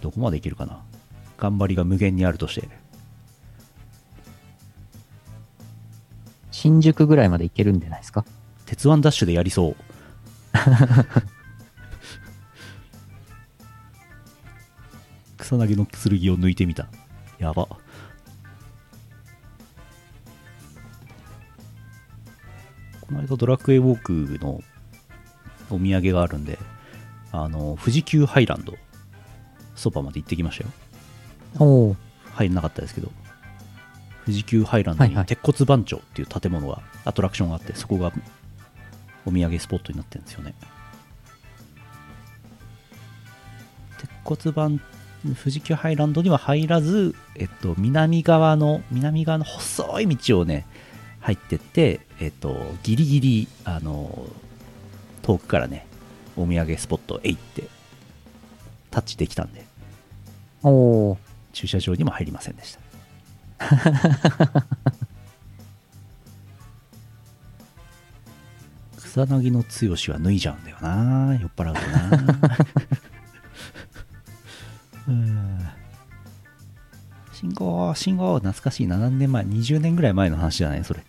[SPEAKER 1] どこまで行けるかな頑張りが無限にあるとして
[SPEAKER 2] 新宿ぐらいまで行けるんじゃないですか。
[SPEAKER 1] 鉄腕ダッシュでやりそう 草薙の剣を抜いてみたやばこの間ドラクエウォークのお土産があるんであの富士急ハイランドそばまで行ってきましたよ
[SPEAKER 2] おお、
[SPEAKER 1] 入んなかったですけど富士急ハイランドに
[SPEAKER 2] はいはい
[SPEAKER 1] 鉄骨番長っていう建物がアトラクションがあってそこがお土産スポットになってるんですよね鉄骨番富士急ハイランドには入らず、えっと、南側の南側の細い道をね入ってって、えっと、ギリギリあの遠くからねお土産スポットへ行ってタッチできたんで
[SPEAKER 2] おお、
[SPEAKER 1] 駐車場にも入りませんでした草薙の剛は脱いじゃうんだよな酔っ払うとなうん信号信号懐かしいな何年前20年ぐらい前の話じゃないそれ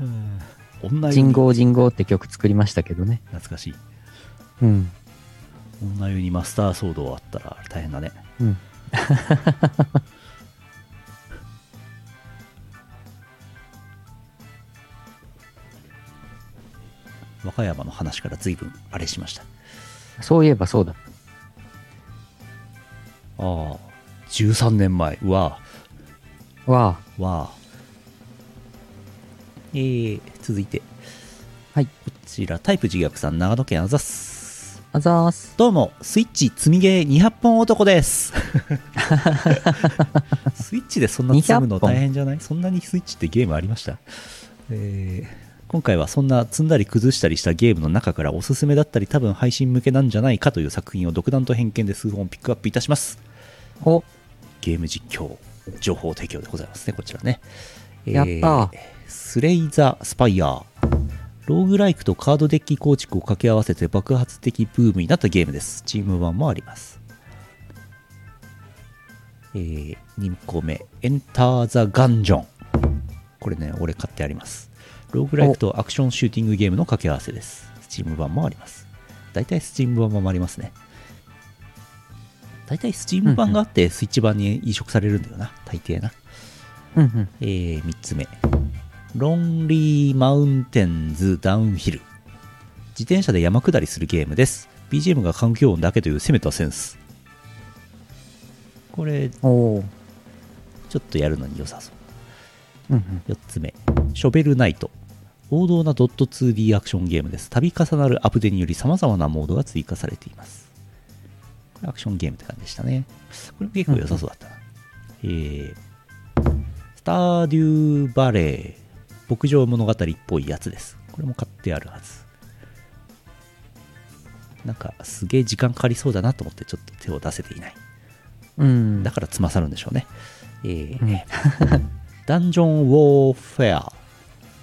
[SPEAKER 1] うん女
[SPEAKER 2] ジ
[SPEAKER 1] 湯
[SPEAKER 2] ン
[SPEAKER 1] に
[SPEAKER 2] ゴージンゴーって曲作りましたけどね。
[SPEAKER 1] 懐かしい
[SPEAKER 2] うん。
[SPEAKER 1] 女湯にマスターソードあったら大変だね
[SPEAKER 2] うん。
[SPEAKER 1] 和歌山の話から随分あれしました
[SPEAKER 2] そういえばそうだ。
[SPEAKER 1] ああ13年前うわ
[SPEAKER 2] わあ、
[SPEAKER 1] あわあえー、続いて
[SPEAKER 2] はい
[SPEAKER 1] こちらタイプ自虐さん長野県あざっす
[SPEAKER 2] あざーす。
[SPEAKER 1] どうもスイッチ積みゲー200本男です スイッチでそんな積むの大変じゃないそんなにスイッチってゲームありました、えー今回はそんな積んだり崩したりしたゲームの中からおすすめだったり多分配信向けなんじゃないかという作品を独断と偏見で数本ピックアップいたします
[SPEAKER 2] お、
[SPEAKER 1] ゲーム実況、情報提供でございますね、こちらね。
[SPEAKER 2] やったー
[SPEAKER 1] えースレイザ・スパイアー。ローグライクとカードデッキ構築を掛け合わせて爆発的ブームになったゲームです。チーム版もあります。えー、2個目、エンター・ザ・ガンジョン。これね、俺買ってあります。ローグライクとアクションシューティングゲームの掛け合わせです。スチーム版もあります。大体スチーム版もありますね。大体スチーム版があって、スイッチ版に移植されるんだよな、大抵な。
[SPEAKER 2] うんうん。
[SPEAKER 1] えー、3つ目。ロンリーマウンテンズダウンヒル。自転車で山下りするゲームです。BGM が環境音だけという攻めたセンス。これ、ち
[SPEAKER 2] おー。
[SPEAKER 1] ょっとやるのに良さそう。
[SPEAKER 2] うんうん。
[SPEAKER 1] 4つ目ショベルナイト王道なドット 2D アクションゲームです度重なるアップデートにより様々なモードが追加されていますこれアクションゲームって感じでしたねこれも結構良さそうだったな、えースターデューバレー牧場物語っぽいやつですこれも買ってあるはずなんかすげえ時間かかりそうだなと思ってちょっと手を出せていない
[SPEAKER 2] うん。
[SPEAKER 1] だからつまさるんでしょうね。えー
[SPEAKER 2] うん
[SPEAKER 1] ダンジョンウォーフェア。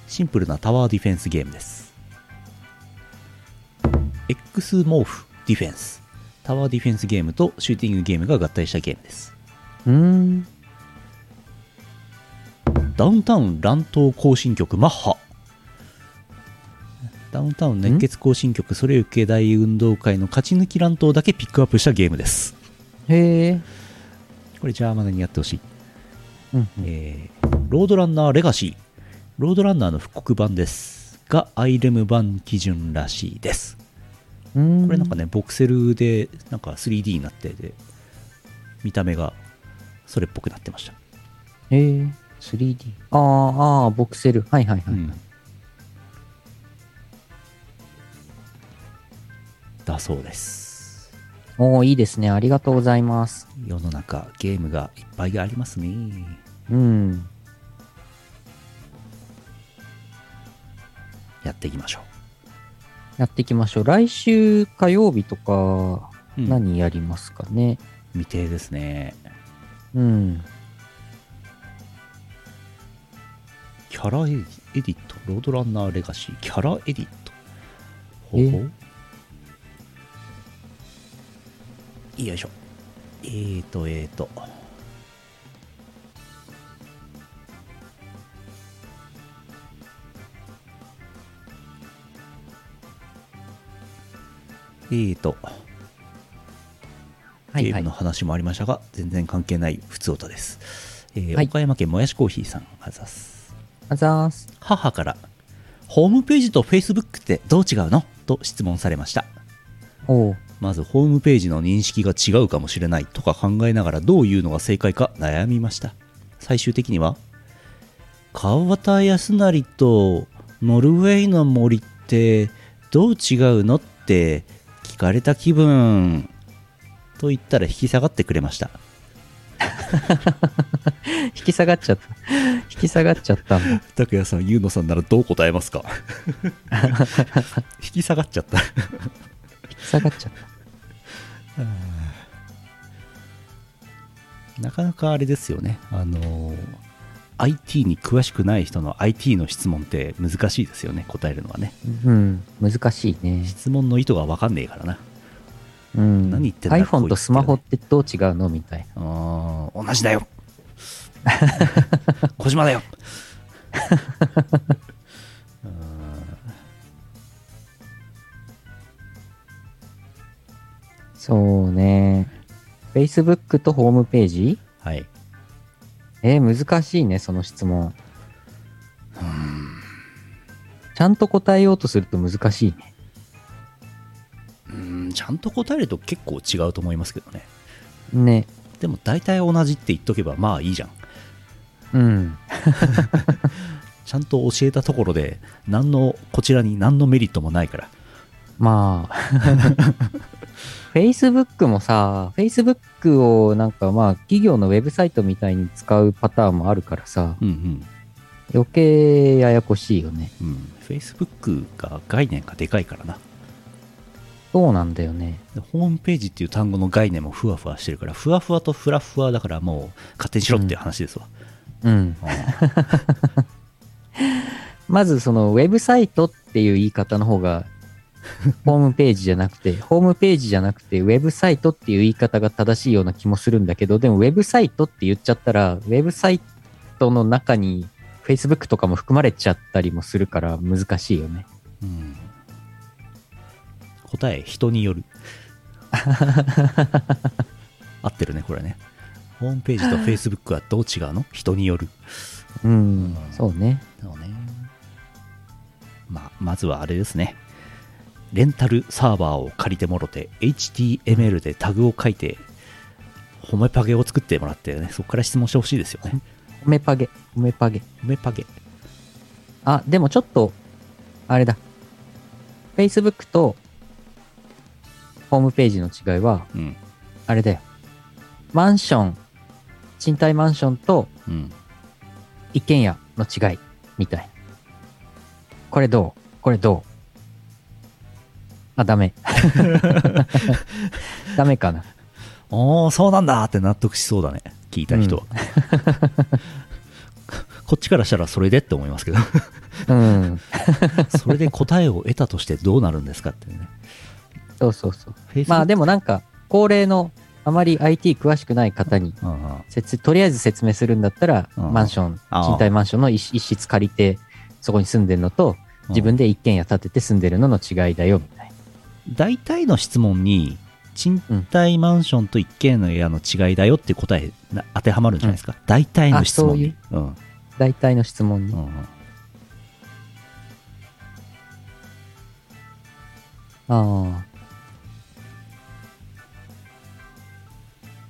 [SPEAKER 1] シンプルなタワーディフェンスゲームです。X 毛布ディフェンス。タワーディフェンスゲームとシューティングゲームが合体したゲームです。
[SPEAKER 2] うーん。
[SPEAKER 1] ダウンタウン乱闘行進曲マッハダウンタウン熱血行進曲それ受け大運動会の勝ち抜き乱闘だけピックアップしたゲームです。
[SPEAKER 2] へえ。
[SPEAKER 1] これジャーマネにやってほしい。
[SPEAKER 2] うんうん。
[SPEAKER 1] えーロードランナーレガシー。ロードランナーの復刻版ですが、アイレム版基準らしいです。
[SPEAKER 2] うーん
[SPEAKER 1] これなんかね、ボクセルで、なんか 3D になってで、見た目がそれっぽくなってました。
[SPEAKER 2] へえ。3D。ああ、ああ、ボクセル。はいはいはい。
[SPEAKER 1] うんだそうです。
[SPEAKER 2] おーいいですね。ありがとうございます。
[SPEAKER 1] 世の中、ゲームがいっぱいありますね。
[SPEAKER 2] うん。
[SPEAKER 1] やっていきましょ
[SPEAKER 2] やっていきましょう。来週火曜日とか、
[SPEAKER 1] う。うん
[SPEAKER 2] 何やりますかね。
[SPEAKER 1] 未定ですね。
[SPEAKER 2] うん。
[SPEAKER 1] キャラエディエディット、ロードランナーレガシー、キャラエディット。ほ
[SPEAKER 2] え
[SPEAKER 1] ほよいしょ。えーと、えーと。えーと、
[SPEAKER 2] はい
[SPEAKER 1] ゲー
[SPEAKER 2] は
[SPEAKER 1] ム
[SPEAKER 2] い
[SPEAKER 1] の。話もありましたが、全然関係ない普通歌です。えー
[SPEAKER 2] はい
[SPEAKER 1] 岡山県もやしコーヒーさん、あざっす。
[SPEAKER 2] あざーす。
[SPEAKER 1] 母からホームページと Facebook ってどう違うのと質問されました
[SPEAKER 2] おう。
[SPEAKER 1] まずホームページの認識が違うかもしれないとか考えながらどういうのが正解か悩みました最終的には川端康成とノルウェーの森ってどう違うのって聞かれた気分と言ったら引き下がってくれました
[SPEAKER 2] 引き下がっちゃった。引き下がっちゃったんだ。
[SPEAKER 1] 拓也さん、ゆうのさんならどう答えますか 引き下がっちゃった
[SPEAKER 2] 引き下がっちゃった。
[SPEAKER 1] なかなかあれですよね、あの IT に詳しくない人の IT の質問って難しいですよね、答えるのはね。
[SPEAKER 2] うん。難しいね。
[SPEAKER 1] 質問の意図が分かんねえからな。
[SPEAKER 2] うん。
[SPEAKER 1] 何言ってんだ
[SPEAKER 2] iPhone とスマホ
[SPEAKER 1] こい
[SPEAKER 2] っ
[SPEAKER 1] つ
[SPEAKER 2] てどう違うのみたいな。
[SPEAKER 1] うーん同じだ よ。小島だよ。うーん
[SPEAKER 2] そうね。Facebook とホームページ
[SPEAKER 1] はい。
[SPEAKER 2] えー難しいね、その質問。ちゃんと答えようとすると難しいね。
[SPEAKER 1] うん、ちゃんと答えると結構違うと思いますけどね。
[SPEAKER 2] ね。
[SPEAKER 1] でも大体同じって言っとけばまあいいじゃん。
[SPEAKER 2] うん。
[SPEAKER 1] ちゃんと教えたところで、何の、こちらに何のメリットもないから。
[SPEAKER 2] ま あ。Facebook もさ、Facebook をなんかまあ企業のウェブサイトみたいに使うパターンもあるからさ、
[SPEAKER 1] うんうん。
[SPEAKER 2] 余計ややこしいよね。
[SPEAKER 1] うん、Facebook が概念がでかいからな。
[SPEAKER 2] そうなんだよね。
[SPEAKER 1] でホームページっていう単語の概念もふわふわしてるから、ふわふわとふらふわだからもう勝手にしろっていう話ですわ。
[SPEAKER 2] う
[SPEAKER 1] う
[SPEAKER 2] ん。
[SPEAKER 1] ん
[SPEAKER 2] まずそのウェブサイトっていう言い方の方 が、ホームページじゃなくて、ホームページじゃなくて、ウェブサイトっていう言い方が正しいような気もするんだけど、でもウェブサイトって言っちゃったら、ウェブサイトの中に Facebook とかも含まれちゃったりもするから難しいよね。
[SPEAKER 1] うん答え、人による。合ってるね、これね。ホームページと Facebook はどう違うの人による。
[SPEAKER 2] うん、そうね。
[SPEAKER 1] そうね。まあ、まずはあれですね。レンタルサーバーを借りてもろて、HTML でタグを書いて、褒めパゲを作ってもらってね、そこから質問してほしいですよね。
[SPEAKER 2] 褒めパゲ、褒めパゲ。
[SPEAKER 1] 褒めパゲ。
[SPEAKER 2] あ、でもちょっと、あれだ。Facebook とホームページの違いは、
[SPEAKER 1] うん。
[SPEAKER 2] あれだよ。マンション、賃貸マンションと
[SPEAKER 1] うん。
[SPEAKER 2] 一軒家の違いみたい。これどうこれどうあ、ダメ。 ダメかな。
[SPEAKER 1] おー、そうなんだって納得しそうだね。聞いた人は。 こっちからしたらそれでって思いますけ ど、
[SPEAKER 2] うん。
[SPEAKER 1] それで答えを得たとしてどうなるんですかってね。
[SPEAKER 2] そうそうそう。
[SPEAKER 1] Facebook
[SPEAKER 2] まあでもなんか、恒例のあまり IT 詳しくない方に、
[SPEAKER 1] うんうん
[SPEAKER 2] 説とりあえず説明するんだったら、
[SPEAKER 1] うん
[SPEAKER 2] マンション、
[SPEAKER 1] あー
[SPEAKER 2] 賃貸マンションの一一室借りて、そこに住んでるのと、自分で一軒家建てて住んでるのの違いだよ、みたいな。
[SPEAKER 1] 大体の質問に賃貸マンションと一軒の家の違いだよって答えな当てはまるんじゃないですか、大体の質問にうんうん
[SPEAKER 2] 大体の質問に。
[SPEAKER 1] うん
[SPEAKER 2] あ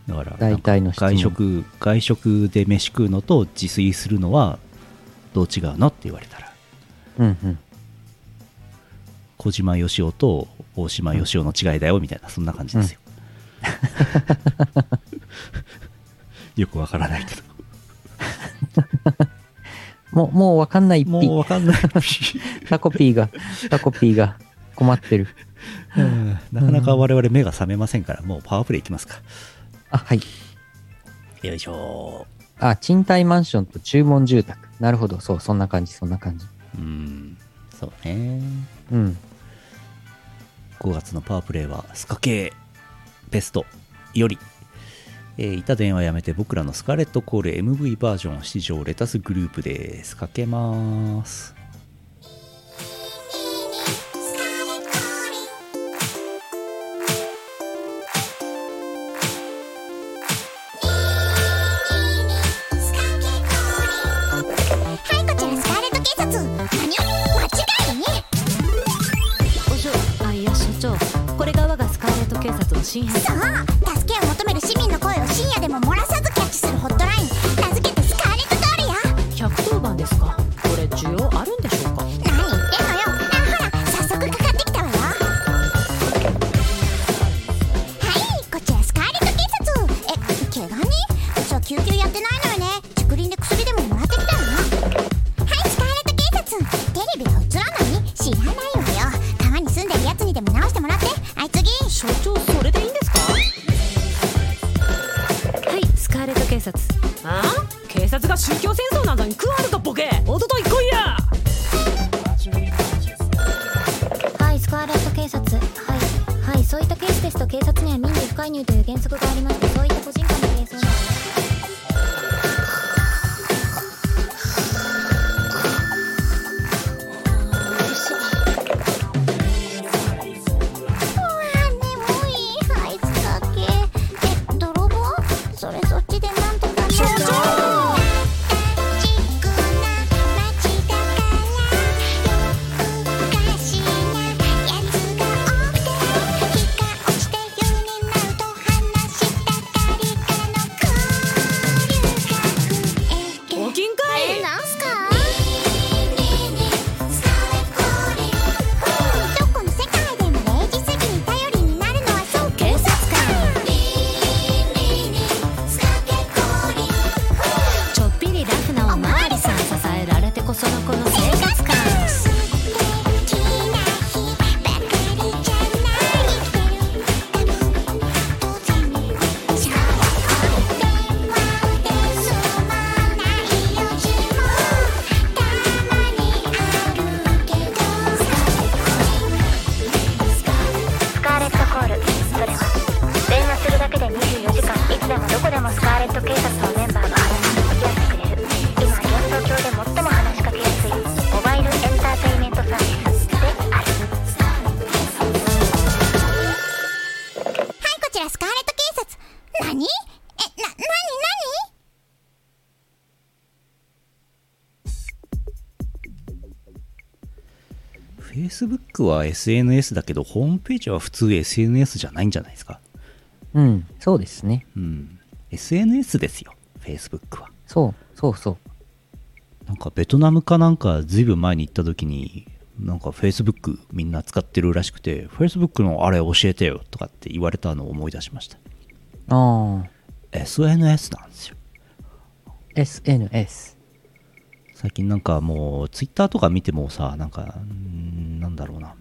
[SPEAKER 2] あ、
[SPEAKER 1] だから
[SPEAKER 2] 大体の質問。
[SPEAKER 1] 外食外食で飯食うのと自炊するのはどう違うのって言われたら
[SPEAKER 2] うんうん。
[SPEAKER 1] 小島よしおと大島よしおの違いだよみたいなそんな感じですよ、 よくわからないけど
[SPEAKER 2] もう、もうわかんないっ
[SPEAKER 1] もう
[SPEAKER 2] ぴ。
[SPEAKER 1] わか んない
[SPEAKER 2] タコピーが、タコピーが困ってる。
[SPEAKER 1] うんなかなか我々目が覚めませんからもうパワープレイいきますか
[SPEAKER 2] あ、はい。
[SPEAKER 1] よいしょ
[SPEAKER 2] あ、賃貸マンションと注文住宅。なるほど。そう、そんな感じ、そんな感じ。
[SPEAKER 1] うんそうね
[SPEAKER 2] うん。
[SPEAKER 1] 5月のパワープレイはスカ系ベストより、えー、板電話やめて僕らのスカーレットコール MV バージョン史上レタスグループですかけまーす
[SPEAKER 3] はいこちらスカーレット警察何を間違いね
[SPEAKER 4] お嬢あいや所長これが我がスカーレット警察の新編
[SPEAKER 3] そう助けを求める市民の声を深夜でも漏らさずキャッチするホットライン名付けてスカーレット通りや
[SPEAKER 4] 110番ですかこれ需要あるんでしょうか
[SPEAKER 3] 何言ってんのよあほら早速かかってきたわよはいこちらスカーレット警察え怪我ねうちは救急やってないのよね竹林で薬でももらってきたわはいスカーレット警察テレビが映らない知らないわよ川に住んでるやつにでも直してもらってはい次
[SPEAKER 4] 所長それでいいんですかはいスカーレット警察ああ警察が宗教戦争なんざに食わぬかボケおととい来いや
[SPEAKER 5] はい、スカーレット警察。はい。はい、そういったケースですと警察には民事不介入という原則がありまして、そういった個人間の幻想な
[SPEAKER 3] うわ眠いはいスカー何え、な、なになに
[SPEAKER 1] フェイスブックは SNS だけど、ホームページは普通 SNS じゃないんじゃないですか。
[SPEAKER 2] うん、そうですね。
[SPEAKER 1] うん。SNS ですよ、フェイスブックは。
[SPEAKER 2] そう、そうそう。
[SPEAKER 1] なんかベトナムかなんかずいぶん前に行った時になんかフェイスブックみんな使ってるらしくてフェイスブックのあれ教えてよとかって言われたのを思い出しました
[SPEAKER 2] ああ、
[SPEAKER 1] SNS なんですよ
[SPEAKER 2] SNS。
[SPEAKER 1] 最近なんかもうツイッターとか見てもさなんかうーんなんだろうな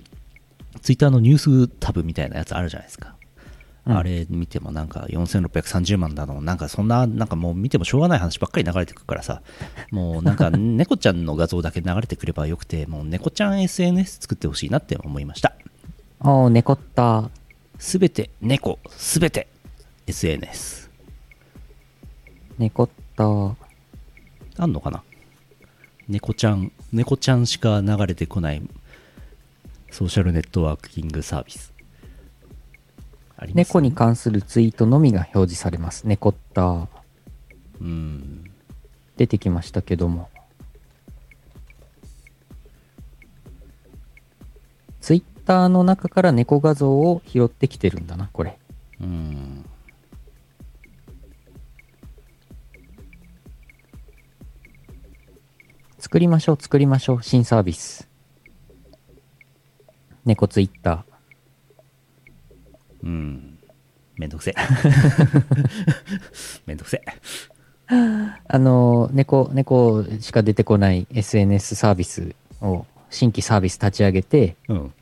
[SPEAKER 1] ツイッターのニュースタブみたいなやつあるじゃないですか、
[SPEAKER 2] うん
[SPEAKER 1] あれ見てもなんか4630万だのなんかそんななんかもう見てもしょうがない話ばっかり流れてくるから さもうなんか猫ちゃんの画像だけ流れてくればよくてもう猫ちゃん SNS 作ってほしいなって思いました
[SPEAKER 2] ああ、猫った。
[SPEAKER 1] すべて猫すべて SNS
[SPEAKER 2] 猫った。
[SPEAKER 1] あんのかな猫ちゃん猫ちゃんしか流れてこないソーシャルネットワーキングサービスあります
[SPEAKER 2] 猫に関するツイートのみが表示されます。猫った。
[SPEAKER 1] うん
[SPEAKER 2] 出てきましたけども。ツイッターの中から猫画像を拾ってきてるんだな、これ。
[SPEAKER 1] うん
[SPEAKER 2] 作りましょう、作りましょう。新サービス。猫ツイッター。
[SPEAKER 1] うんめんどくせえ めんどくせえ
[SPEAKER 2] あの、猫、猫しか出てこない SNS サービスを、新規サービス立ち上げて、
[SPEAKER 1] うん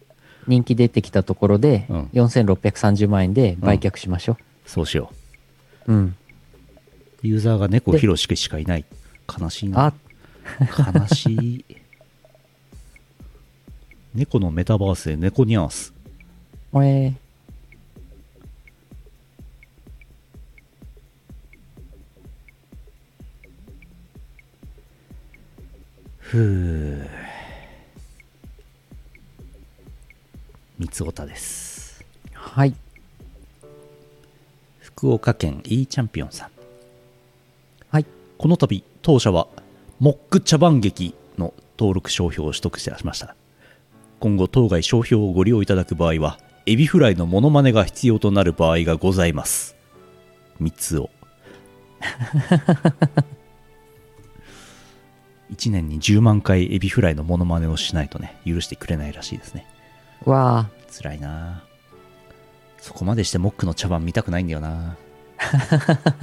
[SPEAKER 2] 人気出てきたところで、
[SPEAKER 1] うん
[SPEAKER 2] 4630万円で売却しましょ
[SPEAKER 1] そうしよ
[SPEAKER 2] う。うん。
[SPEAKER 1] うユーザーが猫ひろしくしかいない悲しいな
[SPEAKER 2] あ、
[SPEAKER 1] 悲し い猫のメタバースで猫ニャース
[SPEAKER 2] おえー
[SPEAKER 1] ふう三つおたです
[SPEAKER 2] はい。
[SPEAKER 1] 福岡県 E チャンピオンさん
[SPEAKER 2] はい。
[SPEAKER 1] この度当社はモック茶番劇の登録商標を取得してしました今後当該商標をご利用いただく場合はエビフライのモノマネが必要となる場合がございます三つを1年に10万回エビフライのモノマネをしないとね許してくれないらしいですね
[SPEAKER 2] わあ、
[SPEAKER 1] 辛いなそこまでしてモックの茶番見たくないんだよな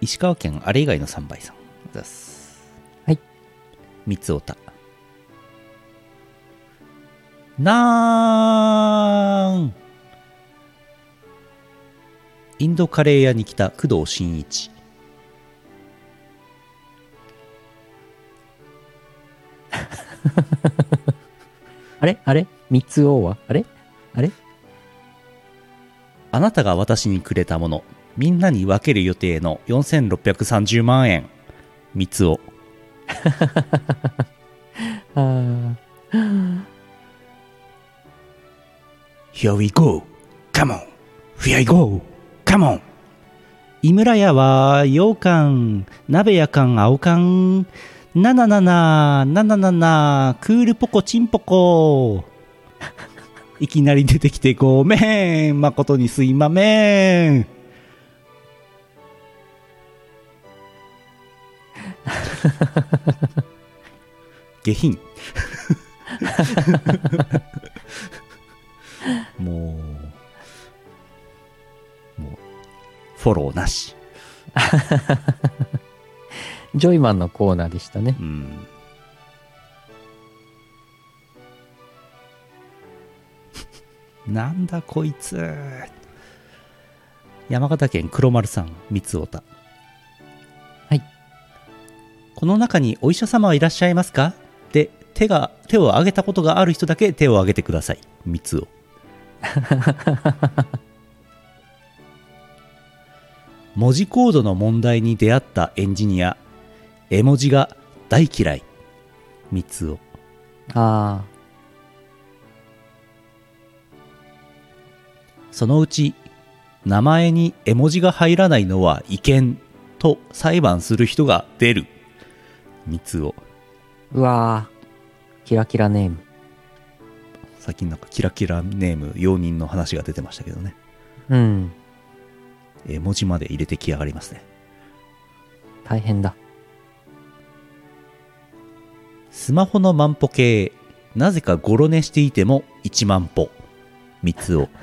[SPEAKER 1] 石川県あれ以外の3倍さんありがとうございます
[SPEAKER 2] はい
[SPEAKER 1] 三つおたなーんインドカレー屋に来た工藤新一
[SPEAKER 2] あれあれ三つ王はあれあれ
[SPEAKER 1] あなたが私にくれたもの、みんなに分ける予定の4630万円。三つを。
[SPEAKER 2] あー
[SPEAKER 1] Here we go! Come on! Here we go! Come on! 井村屋は、羊羹、鍋屋羹、青缶なななな、なななな、クールポコ、チンポコ。いきなり出てきてごめん、誠にすいまめん。下品。もう、もう、フォローなし。
[SPEAKER 2] ジョイマンのコーナーでしたね。
[SPEAKER 1] うん。なんだこいつ。山形県黒丸さん、三つおた。
[SPEAKER 2] はい。
[SPEAKER 1] この中にお医者様はいらっしゃいますかで、手が、手を挙げたことがある人だけ手を挙げてください。三つ お。文字コードの問題に出会ったエンジニア、絵文字が大嫌い。三つを。
[SPEAKER 2] あ
[SPEAKER 1] そのうち名前に絵文字が入らないのは違憲と裁判する人が出る三つを
[SPEAKER 2] ー。うわー。キラキラネーム。
[SPEAKER 1] 最近なんかキラキラネーム容認の話が出てましたけどね
[SPEAKER 2] うん。
[SPEAKER 1] 絵文字まで入れてきやがりますね
[SPEAKER 2] 大変だ。
[SPEAKER 1] スマホの万歩計なぜかゴロ寝していても1万歩三つを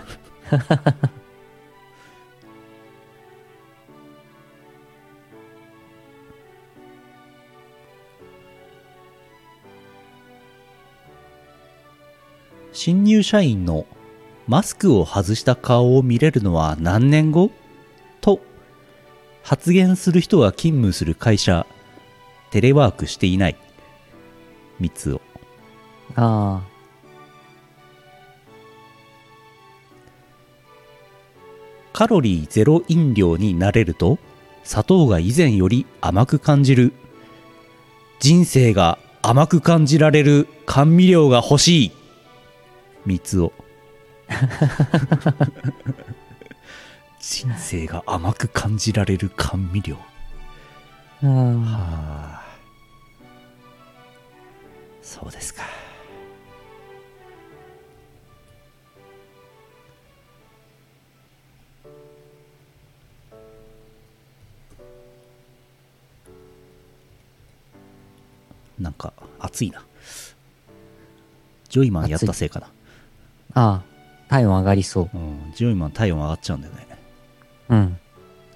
[SPEAKER 1] 新入社員のマスクを外した顔を見れるのは何年後と発言する人が勤務する会社テレワークしていない三つを
[SPEAKER 2] あ
[SPEAKER 1] カロリーゼロ飲料になれると砂糖が以前より甘く感じる人生が甘く感じられる甘味料が欲しい三つを人生が甘く感じられる甘味料
[SPEAKER 2] ーあ
[SPEAKER 1] はあそうですかなんか暑いなジョイマンやったせいかな
[SPEAKER 2] ー。あー。体温上がりそう。
[SPEAKER 1] うん、ジョイマン体温上がっちゃうんだよね
[SPEAKER 2] うん。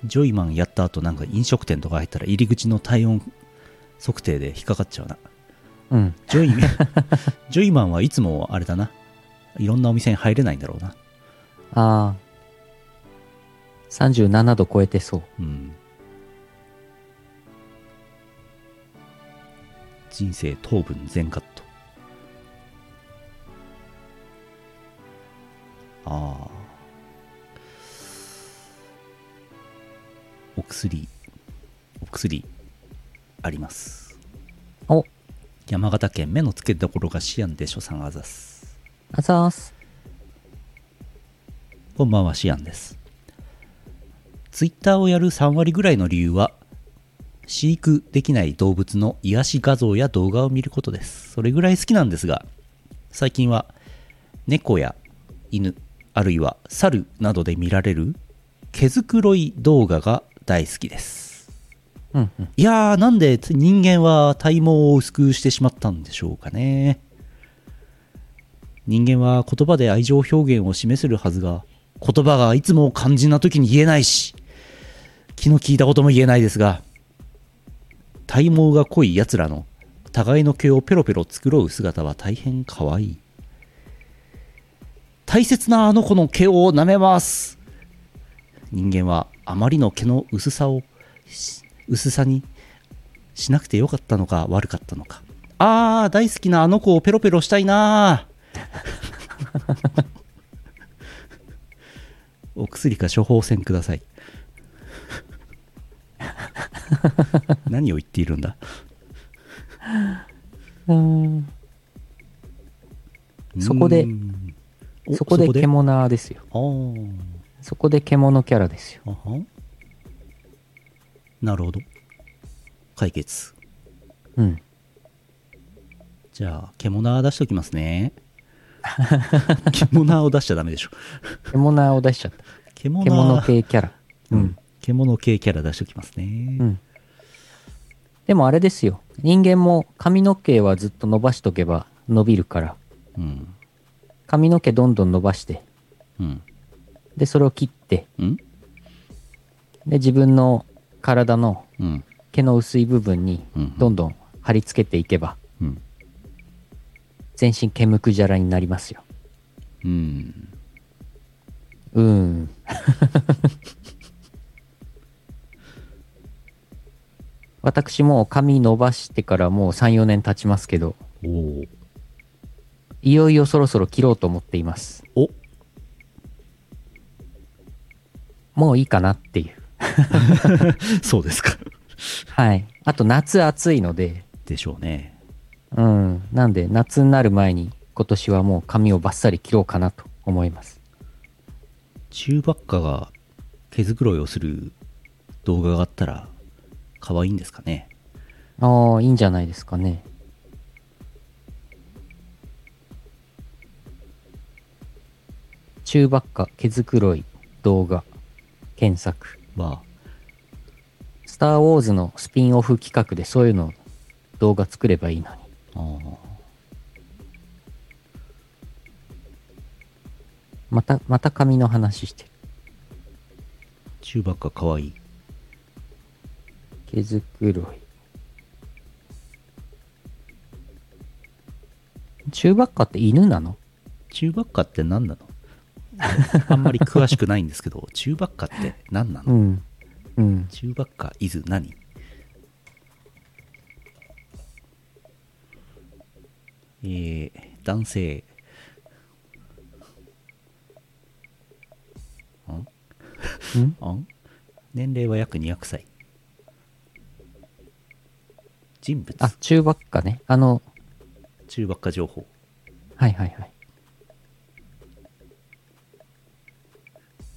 [SPEAKER 1] ジョイマンやった後なんか飲食店とか入ったら入り口の体温測定で引っかかっちゃうな
[SPEAKER 2] うん。
[SPEAKER 1] ジョイ ジョイマンはいつもあれだな。いろんなお店に入れないんだろうな。
[SPEAKER 2] ああ。37度超えてそう。
[SPEAKER 1] うん。人生糖分全カット。ああ。お薬、お薬、あります。
[SPEAKER 2] お、
[SPEAKER 1] 山形県目の付けどころがシアンでしょさんあざす。
[SPEAKER 2] あざーす。
[SPEAKER 1] こんばんは、シアンです。ツイッターをやる3割ぐらいの理由は、飼育できない動物の癒し画像や動画を見ることです。それぐらい好きなんですが、最近は猫や犬、あるいは猿などで見られる毛づくろい動画が大好きです。
[SPEAKER 2] うんうん。
[SPEAKER 1] いやー、なんで人間は体毛を薄くしてしまったんでしょうかね。人間は言葉で愛情表現を示せるはずが、言葉がいつも肝心な時に言えないし、気の利いたことも言えないですが、体毛が濃い奴らの互いの毛をペロペロ繕う姿は大変可愛い。大切なあの子の毛を舐めます。人間はあまりの毛の薄さをし薄さにしなくてよかったのか悪かったのかああ大好きなあの子をペロペロしたいなー お薬か処方箋ください 何を言っているんだ
[SPEAKER 2] うん そこで
[SPEAKER 1] うーんお
[SPEAKER 2] そこで獣ですよ。
[SPEAKER 1] あー
[SPEAKER 2] そこで獣キャラですよ。
[SPEAKER 1] あはなるほど解決
[SPEAKER 2] うん。
[SPEAKER 1] じゃあ、獣出しときますね。 獣を出しちゃダメでしょ。
[SPEAKER 2] 獣を出しちゃった。
[SPEAKER 1] 獣
[SPEAKER 2] 獣系キャラ。
[SPEAKER 1] う
[SPEAKER 2] うんん。
[SPEAKER 1] 獣系キャラ出しときますね。
[SPEAKER 2] うん。でもあれですよ。人間も髪の毛はずっと伸ばしとけば伸びるから、
[SPEAKER 1] うん。
[SPEAKER 2] 髪の毛どんどん伸ばして、
[SPEAKER 1] うん。
[SPEAKER 2] で、それを切って、
[SPEAKER 1] うん。
[SPEAKER 2] で、自分の体の
[SPEAKER 1] うん。
[SPEAKER 2] 毛の薄い部分に
[SPEAKER 1] うん
[SPEAKER 2] どんどん貼り付けていけば、
[SPEAKER 1] うん。
[SPEAKER 2] 全身毛むくじゃらになりますよ。
[SPEAKER 1] うん。
[SPEAKER 2] うーん。 私もう髪伸ばしてからもう3、4年経ちますけど、
[SPEAKER 1] おー
[SPEAKER 2] いよいよそろそろ切ろうと思っています。
[SPEAKER 1] お
[SPEAKER 2] もういいかなっていう。
[SPEAKER 1] そうですか。
[SPEAKER 2] はい。あと夏暑いので、
[SPEAKER 1] でしょうね。
[SPEAKER 2] うん。なんで、夏になる前に、今年はもう髪をバッサリ切ろうかなと思います。
[SPEAKER 1] チューバッカが毛づくろいをする動画があったら可愛いんですかね
[SPEAKER 2] ああ、いいんじゃないですかね。中ばっか毛づくろい動画検索。
[SPEAKER 1] は
[SPEAKER 2] スター・ウォーズのスピンオフ企画でそういうの動画作ればいいのに。
[SPEAKER 1] あー
[SPEAKER 2] また、また髪の話してる。
[SPEAKER 1] チューバッカ可愛い
[SPEAKER 2] 毛づくろい。中ばっかって犬なの
[SPEAKER 1] チューバッカって何なの あんまり詳しくないんですけどチューバッカって何なの、
[SPEAKER 2] うん。うん。
[SPEAKER 1] チューバッカイズ何えー、男性
[SPEAKER 2] ん
[SPEAKER 1] あん年齢は約200歳人物
[SPEAKER 2] あ、中ばっかね。あの、
[SPEAKER 1] 中ばっか情報
[SPEAKER 2] はいはいはい。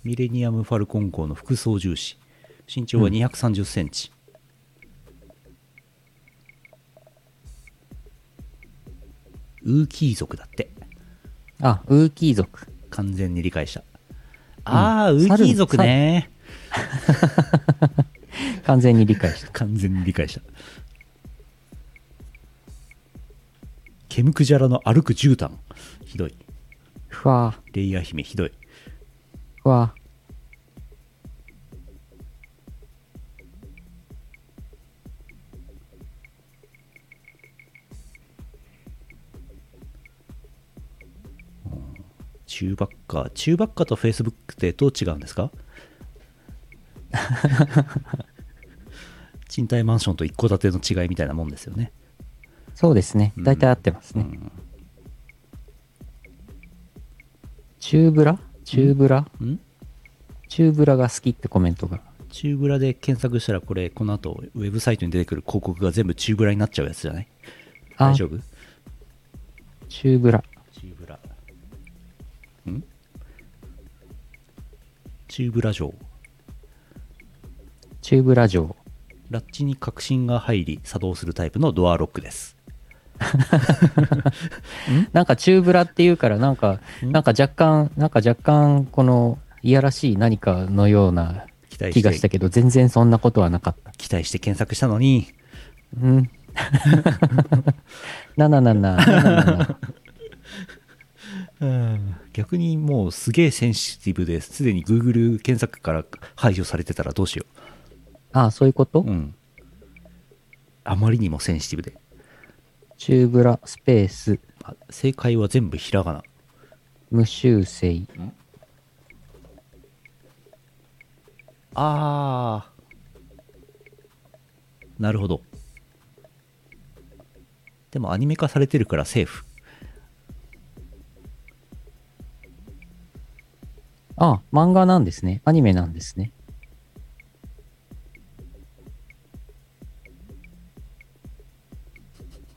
[SPEAKER 1] ミレニアム・ファルコン号の副操縦士身長は2 3 0センチ、ウーキー族だって
[SPEAKER 2] あ、ウーキー族。
[SPEAKER 1] 完全に理解したああ、ウーキー族ね
[SPEAKER 2] 完全に理 解した。
[SPEAKER 1] 完全に理解したケムクジャラの歩く絨毯ひどい
[SPEAKER 2] ふわ
[SPEAKER 1] レイヤー姫ひどい
[SPEAKER 2] ふわ
[SPEAKER 1] 中ばっか中ばっかとフェイスブックってどう違うんですか 賃貸マンションと一戸建ての違いみたいなもんですよね
[SPEAKER 2] そうですね。
[SPEAKER 1] うん
[SPEAKER 2] 大体合ってますね。中ブラ中ブラ
[SPEAKER 1] うん
[SPEAKER 2] 中ブラが好きってコメントが。
[SPEAKER 1] 中ブラで検索したらこれこの後ウェブサイトに出てくる広告が全部中ブラになっちゃうやつじゃない
[SPEAKER 2] あ
[SPEAKER 1] 大丈夫
[SPEAKER 2] 中ブラ。
[SPEAKER 1] 中ブラん中ブラ城
[SPEAKER 2] 中ブラ城。
[SPEAKER 1] ラッチに革新が入り作動するタイプのドアロックです
[SPEAKER 2] なんか中ブラっていうから、なんか、なんか若干、なんか若干、この、いやらしい何かのような
[SPEAKER 1] 期待して
[SPEAKER 2] 気がしたけど、全然そんなことはなかった。
[SPEAKER 1] 期待して検索したのに
[SPEAKER 2] うん。 なななな、な ななな。
[SPEAKER 1] 逆にもうすげえセンシティブですでに Google 検索から排除されてたらどうしよ
[SPEAKER 2] ああ、そういうこと
[SPEAKER 1] ううんあまりにもセンシティブで
[SPEAKER 2] 中ブラ、スペース、
[SPEAKER 1] あ正解は全部ひらがな
[SPEAKER 2] 無修正。
[SPEAKER 1] ああなるほどでもアニメ化されてるからセーフ
[SPEAKER 2] ああ、漫画なんですね。アニメなんですね。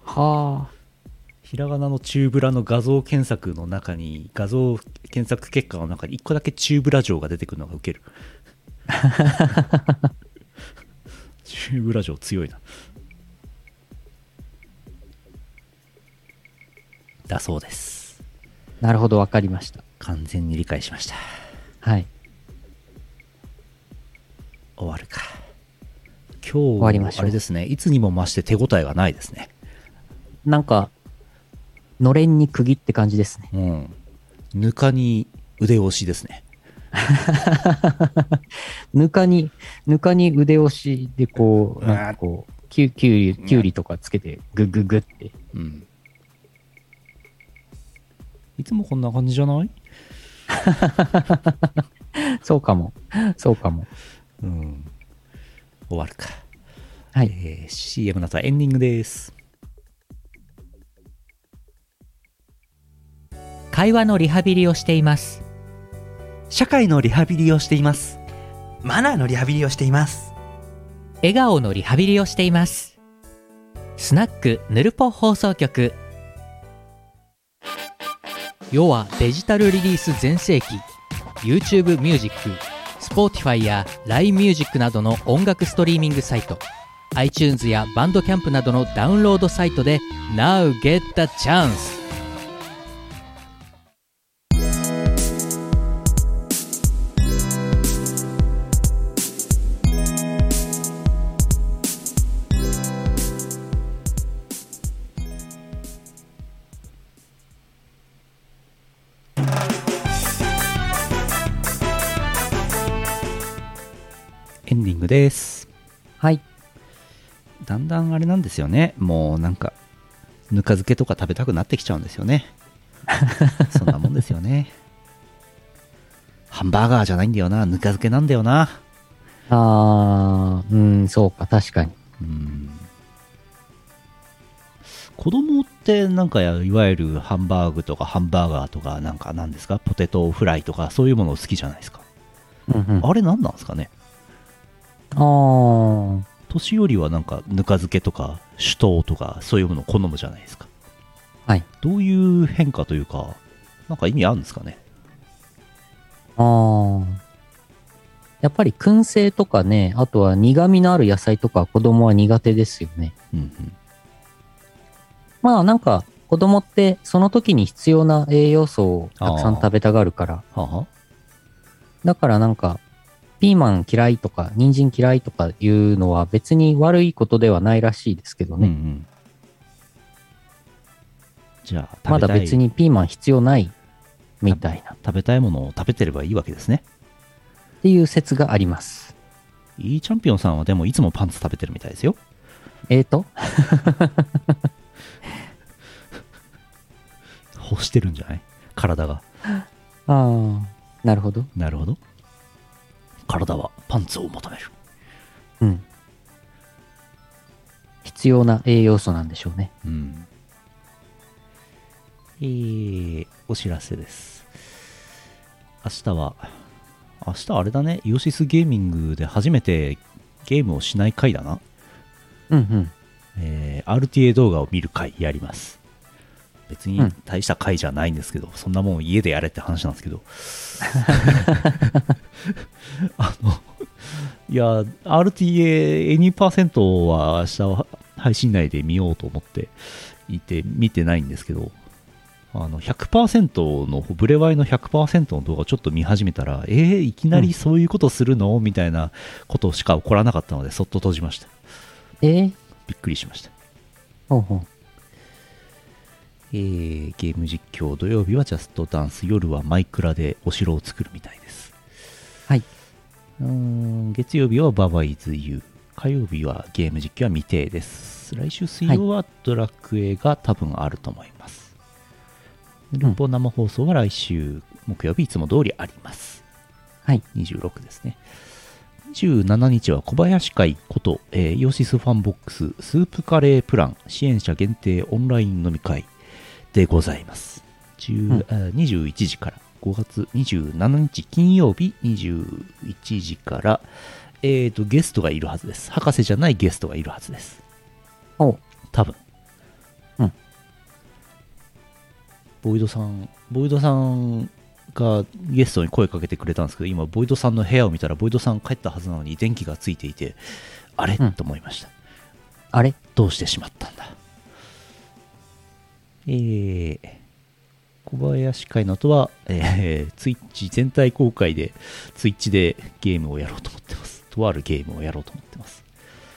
[SPEAKER 2] は
[SPEAKER 1] ひらがなの中ブラの画像検索の中に画像検索結果の中に1個だけ中ブラ城が出てくるのがウケる中ブラ城強いなだそうです
[SPEAKER 2] あ、なるほど、わかりました。
[SPEAKER 1] 完全に理解しました
[SPEAKER 2] はい。
[SPEAKER 1] 終わるか今
[SPEAKER 2] わりまし
[SPEAKER 1] 日
[SPEAKER 2] ょ
[SPEAKER 1] あ
[SPEAKER 2] う
[SPEAKER 1] れですねいつにも増して手応えがないですね
[SPEAKER 2] なんか、のれんに釘って感じですね。
[SPEAKER 1] うんぬかに腕押しですね
[SPEAKER 2] ぬかに、ぬかに腕押しでこう、なんかこう、きゅうきゅうり、きゅうりとかつけて、ぐぐぐって。
[SPEAKER 1] うんいつもこんな感じじゃない
[SPEAKER 2] そうかも。そうかも。
[SPEAKER 1] うん終わるか、
[SPEAKER 2] はい。
[SPEAKER 1] えー CM の後はエンディングです
[SPEAKER 6] 会話のリハビリをしています
[SPEAKER 1] 社会のリハビリをしています
[SPEAKER 7] マナーのリハビリをしています
[SPEAKER 6] 笑顔のリハビリをしていますスナックぬるぽ放送局世はデジタルリリース全盛期 YouTube ミュージック Spotify や LINE ミュージックなどの音楽ストリーミングサイト iTunes やバンドキャンプなどのダウンロードサイトで Now get the chance!
[SPEAKER 1] エンディングです
[SPEAKER 2] はい。
[SPEAKER 1] だんだんあれなんですよねもうなんかぬか漬けとか食べたくなってきちゃうんですよ ねそんなもんですよねハンバーガーじゃないんだよなぬか漬けなんだよな
[SPEAKER 2] あー、うん、そうか、確かに。
[SPEAKER 1] うん子供ってなんかやいわゆるハンバーグとかハンバーガーとかなんかなんですかポテトフライとかそういうもの好きじゃないですか
[SPEAKER 2] うんうん、あ
[SPEAKER 1] あれ何なんですかね
[SPEAKER 2] ー、
[SPEAKER 1] 年寄りはなんかぬか漬けとか酒盗とかそういうものを好むじゃないですか
[SPEAKER 2] はい。
[SPEAKER 1] どういう変化というかなんか意味あるんですかね
[SPEAKER 2] あー。やっぱり燻製とかね、あとは苦味のある野菜とか子供は苦手ですよね。
[SPEAKER 1] うんうん
[SPEAKER 2] まあなんか子供ってその時に必要な栄養素をたくさん食べたがるから、
[SPEAKER 1] はあは
[SPEAKER 2] だからなんかピーマン嫌いとか人参嫌いとかいうのは別に悪いことではないらしいですけど
[SPEAKER 1] うんう
[SPEAKER 2] ね。
[SPEAKER 1] んじゃあ
[SPEAKER 2] ま
[SPEAKER 1] 食べ
[SPEAKER 2] だ
[SPEAKER 1] たい
[SPEAKER 2] 別にピーマン必要ないみたいなっ
[SPEAKER 1] 食べたいものを食べてればいいわけですね
[SPEAKER 2] ていう説があります。
[SPEAKER 1] いいチャンピオンさんはでもいつもパンツ食べてるみたいですよ
[SPEAKER 2] えーと、
[SPEAKER 1] 干してるんじゃない体が
[SPEAKER 2] ああ、なるほど。
[SPEAKER 1] なるほど体はパンツを求める
[SPEAKER 2] うん。必要な栄養素なんでしょうね。
[SPEAKER 1] うんえー、お知らせです明日は明日あれだねイオシスゲーミングで初めてゲームをしない回だな、
[SPEAKER 2] うんうん。
[SPEAKER 1] えー RTA 動画を見る回やります別に
[SPEAKER 2] うん
[SPEAKER 1] 大した回じゃないんですけど、そんなもん家でやれって話なんですけ どあのいや RTA 2%は明日は配信内で見ようと思っていて見てないんですけどあの100%のブレワイの100%の動画をちょっと見始めたらえー、いきなりそういうことするのみたいなことしか起こらなかったのでそっと閉じました
[SPEAKER 2] えー、
[SPEAKER 1] びっくりしました
[SPEAKER 2] ほうほう。
[SPEAKER 1] えーゲーム実況土曜日はジャストダンス夜はマイクラでお城を作るみたいです
[SPEAKER 2] はい。
[SPEAKER 1] うーん月曜日はババイズユー火曜日はゲーム実況は未定です来週水曜はドラクエが多分あると思います、ルポ生放送は来週木曜日いつも通りあります
[SPEAKER 2] はい
[SPEAKER 1] 26ですね27日は小林会こと、えーイオシスファンボックススープカレープラン支援者限定オンライン飲み会でございます。10
[SPEAKER 2] うん
[SPEAKER 1] あ21時から5月27日金曜日21時から、えー、とゲストがいるはずです。博士じゃないゲストがいるはずです。
[SPEAKER 2] おう
[SPEAKER 1] 多分。
[SPEAKER 2] うん。
[SPEAKER 1] ボイドさん、ボイドさんがゲストに声かけてくれたんですけど、今、ボイドさんの部屋を見たら、ボイドさん帰ったはずなのに電気がついていて、あれ、
[SPEAKER 2] うん
[SPEAKER 1] と思いました。
[SPEAKER 2] あれ
[SPEAKER 1] どうしてしまったんだえー、小林会の後は、えー、ツイッチ全体公開でツイッチでゲームをやろうと思ってますとあるゲームをやろうと思ってます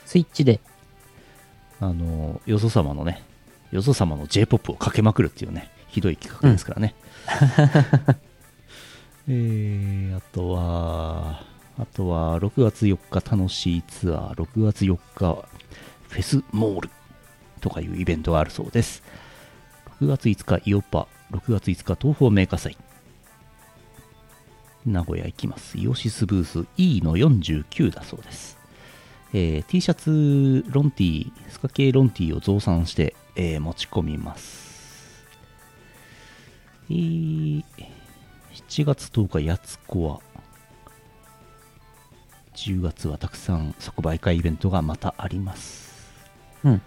[SPEAKER 2] スイッチで。
[SPEAKER 1] あのよそ様のねよそ様の j p o p をかけまくるっていうねひどい企画ですからね、えーあとはあとは6月4日楽しいツアー6月4日フェスモールとかいうイベントがあるそうです6月5日イオパ6月5日東方メーカー祭名古屋行きますイオシスブース E の49だそうですえー T シャツロンティースカ系ロンティーを増産して、えー持ち込みます、えー7月10日やつこは10月はたくさん即売会イベントがまたあります
[SPEAKER 2] うん。
[SPEAKER 1] う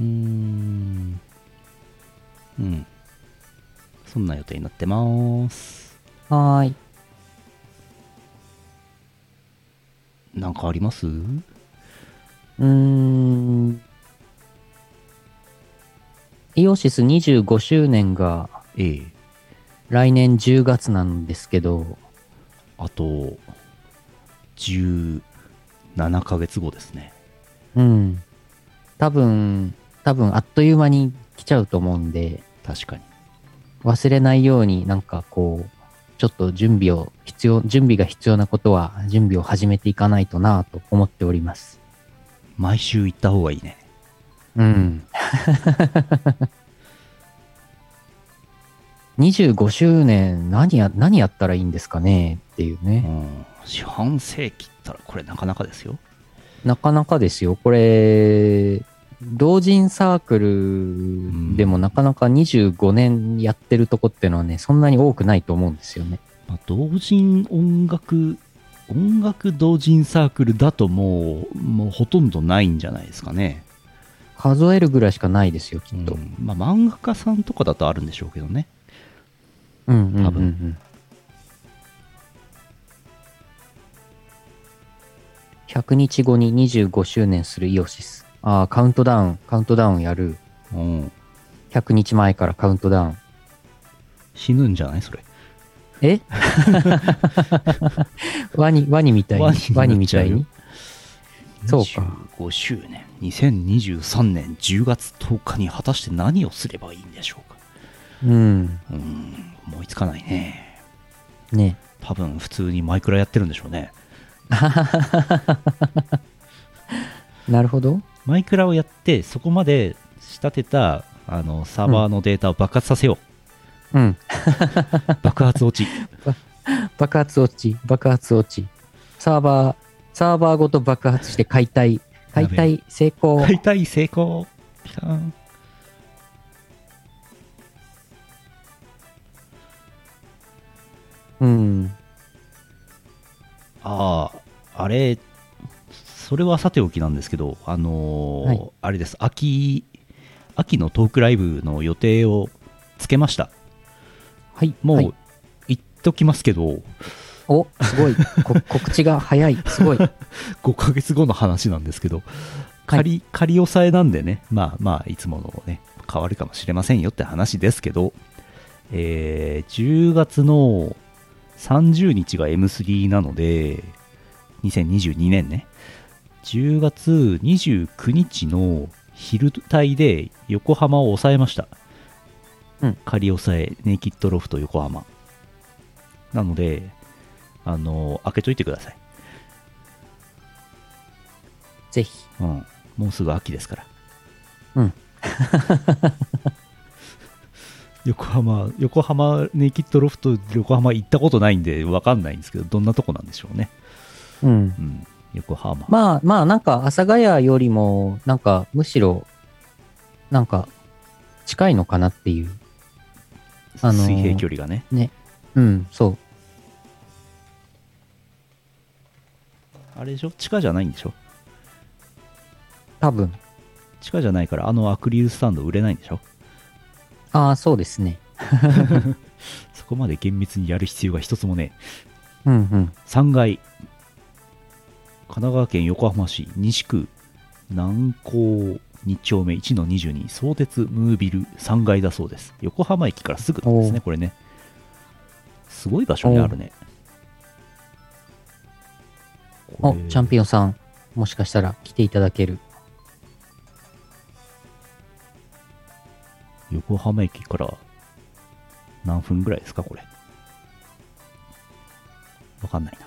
[SPEAKER 1] ーん。うん。そんな予定になってます。
[SPEAKER 2] はーい。
[SPEAKER 1] なんかあります
[SPEAKER 2] うーん。イオシス25周年が
[SPEAKER 1] ええ。
[SPEAKER 2] 来年10月なんですけど、
[SPEAKER 1] あと、17ヶ月後ですね。
[SPEAKER 2] うん。多分、多分あっという間に来ちゃうと思うんで、
[SPEAKER 1] 確かに。
[SPEAKER 2] 忘れないようになんかこう、ちょっと準備を必要、準備が必要なことは準備を始めていかないとなぁと思っております。
[SPEAKER 1] 毎週行った方がいいね。
[SPEAKER 2] うん。25周年、何や、何やったらいいんですかねっていう
[SPEAKER 1] う
[SPEAKER 2] ね。
[SPEAKER 1] ん。四半世紀ったら、これなかなかですよ。
[SPEAKER 2] なかなかですよ。これ、同人サークルでもなかなか25年やってるとこってのはね、そんなに多くないと思うんですよね。
[SPEAKER 1] まあ、同人音楽、音楽同人サークルだともう、もうほとんどないんじゃないですかね。
[SPEAKER 2] 数えるぐらいしかないですよ、きっと。
[SPEAKER 1] うんまあ、漫画家さんとかだとあるんでしょうけどね。
[SPEAKER 2] うん
[SPEAKER 1] 多
[SPEAKER 2] 多
[SPEAKER 1] 分
[SPEAKER 2] 分100日後に25周年するイオシスああカウントダウンカウントダウンやる
[SPEAKER 1] うん。
[SPEAKER 2] 100日前からカウントダウン
[SPEAKER 1] 死ぬんじゃないそれ。
[SPEAKER 2] えワニワニみたいに
[SPEAKER 1] ワ
[SPEAKER 2] ワ
[SPEAKER 1] ニにな
[SPEAKER 2] ニ
[SPEAKER 1] っちゃうよ
[SPEAKER 2] みたいにそうか。
[SPEAKER 1] 25周年。2023年10月10日に果たして何をすればいいんでしょうか。
[SPEAKER 2] うん
[SPEAKER 1] うん。思いつかないね。
[SPEAKER 2] ね
[SPEAKER 1] 多分普通にマイクラやってるんでしょうね。
[SPEAKER 2] なるほど
[SPEAKER 1] マイクラをやって、そこまで仕立てた、あの、サーバーのデータを爆発させよう。
[SPEAKER 2] うん
[SPEAKER 1] 爆発落 ち。
[SPEAKER 2] 爆発落ち爆発落ちサーバーサーバーごと爆発して解体解
[SPEAKER 1] やべ
[SPEAKER 2] 体成功
[SPEAKER 1] 解体成功。ピカーン
[SPEAKER 2] うん
[SPEAKER 1] ああ、あれ、それはさておきなんですけど、あのー
[SPEAKER 2] はい
[SPEAKER 1] あれです、秋、秋のトークライブの予定をつけました。
[SPEAKER 2] はい
[SPEAKER 1] もう、
[SPEAKER 2] はい
[SPEAKER 1] 言っときますけど、
[SPEAKER 2] おすごいこ 告知が早いすごい
[SPEAKER 1] 5ヶ月後の話なんですけど、仮、仮押さえなんでね、まあまあ、いつものね、変わるかもしれませんよって話ですけど、えー10月の30日が M3 なので、2022年ね、10月29日の昼帯で横浜を抑えました。
[SPEAKER 2] うん
[SPEAKER 1] 仮押さえ、ネイキッドロフト横浜。なので、あの、開けといてください。
[SPEAKER 2] ぜひ
[SPEAKER 1] うん、もうすぐ秋ですから。
[SPEAKER 2] うん。
[SPEAKER 1] 横浜、横浜ネイキッドロフト、横浜行ったことないんで分かんないんですけど、どんなとこなんでしょうね。
[SPEAKER 2] うん
[SPEAKER 1] うん、横浜。
[SPEAKER 2] まあまあなんか阿佐ヶ谷よりもなんかむしろなんか近いのかなっていうあのー
[SPEAKER 1] 水平距離がね。
[SPEAKER 2] うんそう
[SPEAKER 1] あれでしょ地下じゃないんでしょ
[SPEAKER 2] 多分
[SPEAKER 1] 地下じゃないから、あのアクリルスタンド売れないんでしょ
[SPEAKER 2] ああそうですね
[SPEAKER 1] そこまで厳密にやる必要が一つもね
[SPEAKER 2] うんうん
[SPEAKER 1] え。3階、神奈川県横浜市西区南高2丁目1の22相鉄ムービル3階だそうです横浜駅からすぐなんですね
[SPEAKER 2] お
[SPEAKER 1] これねすごい場所にあるね
[SPEAKER 2] おチャンピ
[SPEAKER 1] オン
[SPEAKER 2] オンさんもしかしたら来ていただける
[SPEAKER 1] 横浜駅から何分ぐらいですかこれわかんないな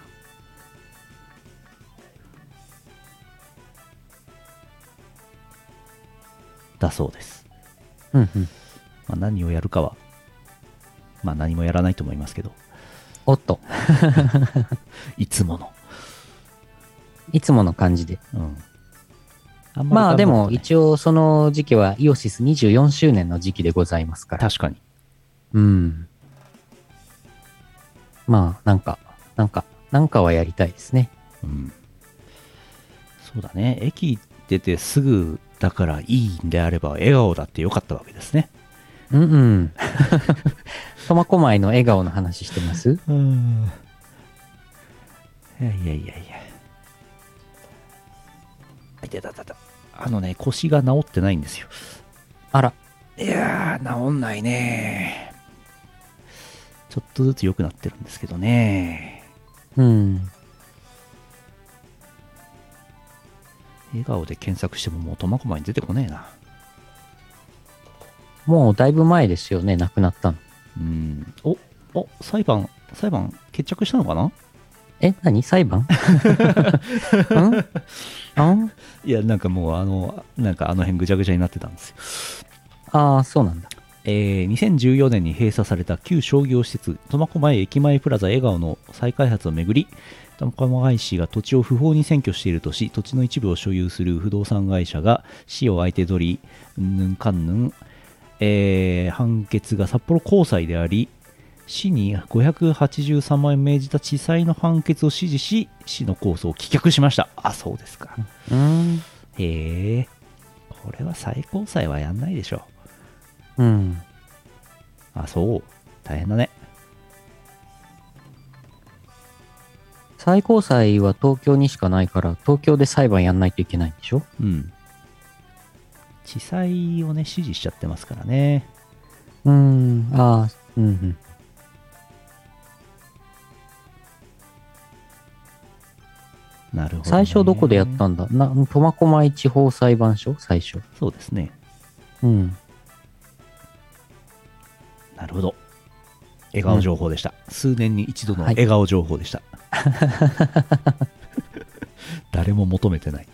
[SPEAKER 1] だそうです
[SPEAKER 2] うんうん
[SPEAKER 1] まあ、何をやるかは、まあ、何もやらないと思いますけど、
[SPEAKER 2] おっと
[SPEAKER 1] いつもの。
[SPEAKER 2] いつもの感じで
[SPEAKER 1] うん、あんり
[SPEAKER 2] まあで
[SPEAKER 1] 考えた
[SPEAKER 2] も
[SPEAKER 1] ことない
[SPEAKER 2] 一応その時期はイオシス24周年の時期でございますから
[SPEAKER 1] 確かに。
[SPEAKER 2] うんまあなんかなんかなんかはやりたいですね
[SPEAKER 1] うん、そうだね、駅出てすぐだからいいんであれば笑顔だってよかったわけですね。
[SPEAKER 2] うんうん。 苫小牧の笑顔の話してます
[SPEAKER 1] うん。いやいやいやいや。あいたたたた。あのね、腰が治ってないんですよ。
[SPEAKER 2] あら、
[SPEAKER 1] いやー、治んないね。ちょっとずつ良くなってるんですけどね。
[SPEAKER 2] うん。
[SPEAKER 1] 笑顔で検索してももう苫小牧に出てこねえな。
[SPEAKER 2] もうだいぶ前ですよね、亡くなったの。
[SPEAKER 1] うん。お、お、裁判、裁判決着したのかな
[SPEAKER 2] え、何裁 判んん
[SPEAKER 1] いや、なんかもうあの、なんかあの辺ぐちゃぐちゃになってたんですよ。
[SPEAKER 2] ああ、そうなんだ。
[SPEAKER 1] えー2014年に閉鎖された旧商業施設苫小牧駅前プラザ笑顔の再開発をめぐり苫小牧市が土地を不法に占拠しているとし土地の一部を所有する不動産会社が市を相手取りうんぬんかんぬん、えー判決が札幌高裁であり市に583万円命じた地裁の判決を支持し市の控訴を棄却しましたあそうですか
[SPEAKER 2] うーん。
[SPEAKER 1] へえこれは最高裁はやんないでしょ
[SPEAKER 2] うん。
[SPEAKER 1] あそう大変だね
[SPEAKER 2] 最高裁は東京にしかないから、東京で裁判やんないといけないんでしょ
[SPEAKER 1] うん。地裁をね、支持しちゃってますからね。
[SPEAKER 2] うーん、ああ、うんうん。
[SPEAKER 1] なるほど、
[SPEAKER 2] 最初どこでやったんだな苫小牧地方裁判所最初。
[SPEAKER 1] そうですね。
[SPEAKER 2] うん。
[SPEAKER 1] なるほど。笑顔情報でした。数年に一度の
[SPEAKER 2] はい
[SPEAKER 1] 笑顔情報でした。 誰も求めて ない。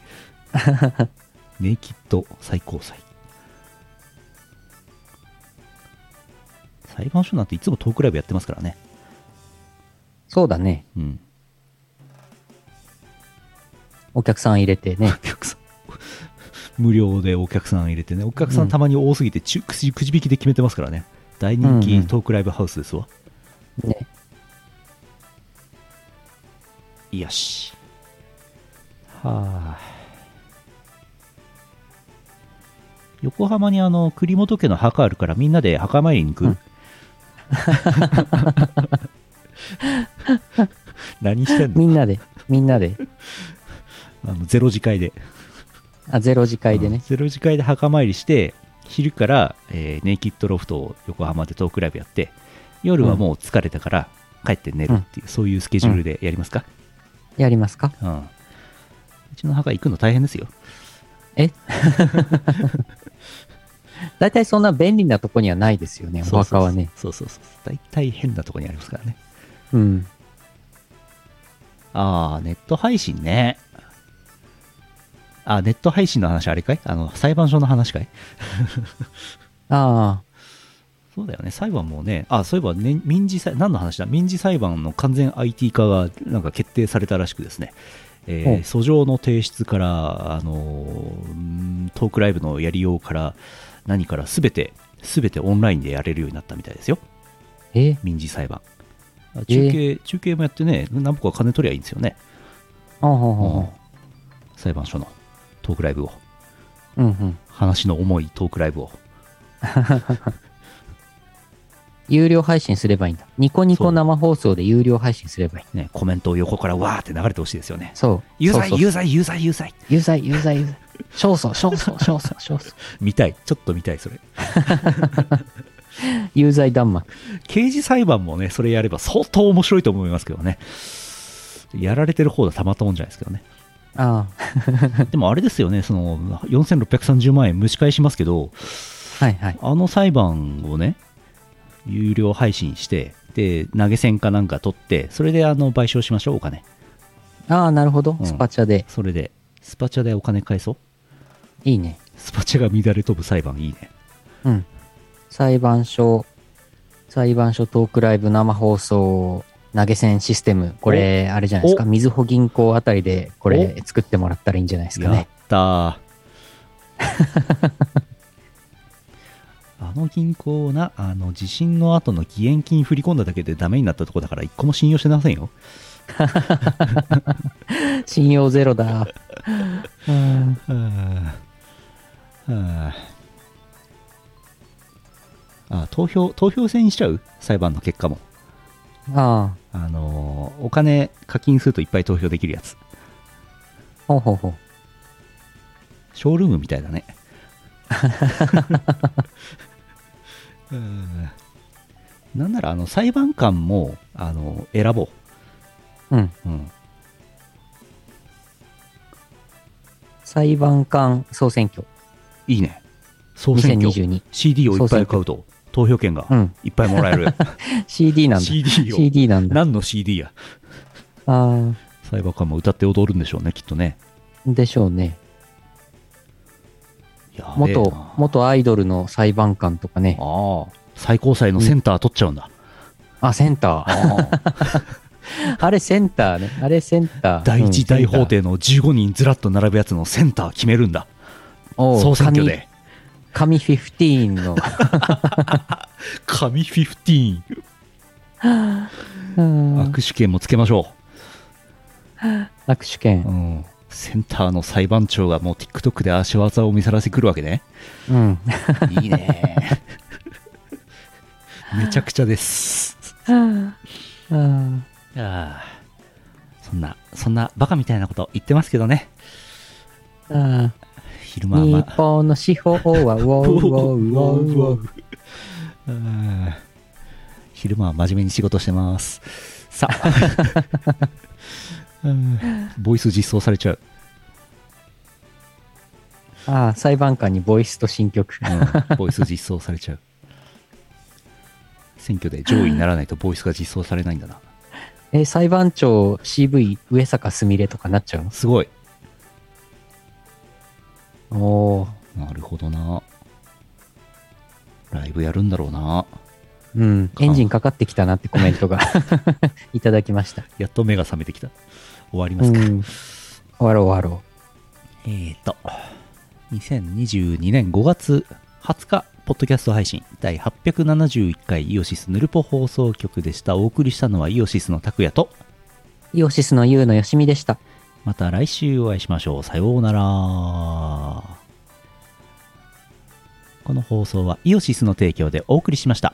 [SPEAKER 1] ネイキッド最高裁。裁判所なんていつもトークライブやってますからね。
[SPEAKER 2] そうだね。
[SPEAKER 1] うん。
[SPEAKER 2] お客さん入れて ね
[SPEAKER 1] お。客さん無料でお客さん入れてねお客さんたまに多すぎてちゅくじくじ引きで決めてますからね大人
[SPEAKER 2] うん
[SPEAKER 1] 気
[SPEAKER 2] うん
[SPEAKER 1] トークライブハウスですわ、
[SPEAKER 2] ね
[SPEAKER 1] よしはあ横浜にあの栗本家の墓あるからみんなで墓参りに行く、
[SPEAKER 2] うん
[SPEAKER 1] 何してんの
[SPEAKER 2] みんなで、みんなで。
[SPEAKER 1] あのゼロ次会で
[SPEAKER 2] あ、ゼロ次会で
[SPEAKER 1] うん
[SPEAKER 2] ね。
[SPEAKER 1] ゼロ次会で墓参りして昼から、えーネイキッドロフトを横浜でトークライブやって夜はもう疲れたから帰って寝るっていう、そういうスケジュールでやりますか、
[SPEAKER 2] やりますか
[SPEAKER 1] うんうちの墓行くの大変ですよ
[SPEAKER 2] え大体そんな便利なとこにはないですよね、お墓はね。
[SPEAKER 1] そうそうそうそう大体変なとこにありますからね
[SPEAKER 2] うん。
[SPEAKER 1] ああネット配信ねあネット配信の話あれかいあの裁判所の話かい
[SPEAKER 2] あ
[SPEAKER 1] そうだよね裁判もねあそういえば、ね、民事裁何の話だ民事裁判の完全 IT 化がなんか決定されたらしくですね、えー
[SPEAKER 2] お
[SPEAKER 1] 訴状の提出から、あのーうーんトークライブのやりようから何から全て全てオンラインでやれるようになったみたいですよ
[SPEAKER 2] あ、え
[SPEAKER 1] 民事裁判あ中継、中継もやってね何個か金取りゃいいんですよね、
[SPEAKER 2] ああ、
[SPEAKER 1] うん裁判所のトークライブを
[SPEAKER 2] うんうん。
[SPEAKER 1] 話の重いトークライブを
[SPEAKER 2] 有料配信すればいいんだ。ニコニコ生放送で有料配信すればいい。
[SPEAKER 1] ねコメントを横からわーって流れてほしいですよね
[SPEAKER 2] そう。
[SPEAKER 1] 有
[SPEAKER 2] そう
[SPEAKER 1] 罪
[SPEAKER 2] そう
[SPEAKER 1] 有罪有罪有罪
[SPEAKER 2] 有罪、有罪、有罪。勝訴、勝訴、勝訴、勝訴。
[SPEAKER 1] 見たい。ちょっと見たい、それ。
[SPEAKER 2] 有罪弾幕。
[SPEAKER 1] 刑事裁判もね、それやれば相当面白いと思いますけどね。やられてる方がたまったもんじゃないですけどね。
[SPEAKER 2] ああ、
[SPEAKER 1] でもあれですよね、その、4630万円蒸し返しますけど、
[SPEAKER 2] はいはい。
[SPEAKER 1] あの裁判をね、有料配信して、で、投げ銭かなんか取って、それであの賠償しましょう、お金。
[SPEAKER 2] ああ、なるほど
[SPEAKER 1] う。ん
[SPEAKER 2] スパチャで。
[SPEAKER 1] それで、スパチャでお金返そう。
[SPEAKER 2] いいね。
[SPEAKER 1] スパチャが乱れ飛ぶ裁判いいね。
[SPEAKER 2] うん。裁判所、裁判所トークライブ生放送投げ銭システム。これ、あれじゃないですか。
[SPEAKER 1] お
[SPEAKER 2] みずほ銀行あたりで、これ作ってもらったらいいんじゃないですか
[SPEAKER 1] やっ
[SPEAKER 2] ね。
[SPEAKER 1] たー あの銀行なあの地震の後の義援金振り込んだだけでダメになったとこだから一個も信用してませんよ
[SPEAKER 2] 信用ゼロだ。うん。
[SPEAKER 1] あーあーあ投票投票制にしちゃう裁判の結果も
[SPEAKER 2] あ
[SPEAKER 1] あ
[SPEAKER 2] あ、
[SPEAKER 1] のーお金課金するといっぱい投票できるやつ
[SPEAKER 2] ほうほうほう。
[SPEAKER 1] ショールームみたいだねうんなんならあの裁判官もあの選ぼ
[SPEAKER 2] うん。
[SPEAKER 1] う、うん、
[SPEAKER 2] 裁判官総選挙
[SPEAKER 1] いいね総選挙
[SPEAKER 2] 2022。
[SPEAKER 1] CD をいっぱい買うと投票権が
[SPEAKER 2] うん。
[SPEAKER 1] いっぱいもらえ る、
[SPEAKER 2] CD なんだ。
[SPEAKER 1] CD を
[SPEAKER 2] CD なんだ。
[SPEAKER 1] 何の CD や
[SPEAKER 2] ああ、
[SPEAKER 1] 裁判官も歌って踊るんでしょうねきっとね
[SPEAKER 2] でしょうね。
[SPEAKER 1] やべえな
[SPEAKER 2] 元、元アイドルの裁判官とかね。
[SPEAKER 1] ああ最高裁のセンター取っちゃうんだ、
[SPEAKER 2] あ、センター。
[SPEAKER 1] ああ
[SPEAKER 2] あれセンターね。あれセンター。
[SPEAKER 1] 第
[SPEAKER 2] うん
[SPEAKER 1] 一大法。廷の15人ずらっと並ぶやつのセンター決めるんだ総
[SPEAKER 2] 総
[SPEAKER 1] 選挙。で
[SPEAKER 2] 紙紙15の。
[SPEAKER 1] 神15
[SPEAKER 2] うん
[SPEAKER 1] 握手券もつけましょ
[SPEAKER 2] 握手
[SPEAKER 1] う、
[SPEAKER 2] 券。
[SPEAKER 1] うん、センターの裁判長がもう TikTok で足技を見さらしてくるわけね
[SPEAKER 2] うん。
[SPEAKER 1] いいね めちゃくちゃです
[SPEAKER 2] うん
[SPEAKER 1] ああそんなそんなバカみたいなこと言ってますけどね
[SPEAKER 2] うん
[SPEAKER 1] 昼間はま
[SPEAKER 2] 日
[SPEAKER 1] あ
[SPEAKER 2] 本の司法はウォ
[SPEAKER 1] ウ
[SPEAKER 2] ウウォウウォウウォウ。
[SPEAKER 1] うん 昼間は真面目に仕事してます。さ あ、うんボイス実装されちゃう。
[SPEAKER 2] ああ、裁判官にボイスと新曲。
[SPEAKER 1] うんボイス実装されちゃう。選挙で上位にならないとボイスが実装されないんだな。
[SPEAKER 2] え、裁判長 CV 上坂すみれとかなっちゃう
[SPEAKER 1] すごい。
[SPEAKER 2] のおお。
[SPEAKER 1] なるほどな。ライブやるんだろうな。
[SPEAKER 2] うん。エンジンかかってきたなってコメント がいただきました。
[SPEAKER 1] やっと目が覚めてきた。終わりま
[SPEAKER 2] う
[SPEAKER 1] す
[SPEAKER 2] ん。
[SPEAKER 1] か。
[SPEAKER 2] 終わろう終わろ
[SPEAKER 1] えーと、2022年5月20日、ポッドキャスト配信第871回イオシスヌルポ放送局でした。お送りしたのはイオシスの拓也と、
[SPEAKER 2] う。イオシスの U のよしみでした。
[SPEAKER 1] また来週お会いしましょう。さようなら。この放送はイオシスの提供でお送りしました。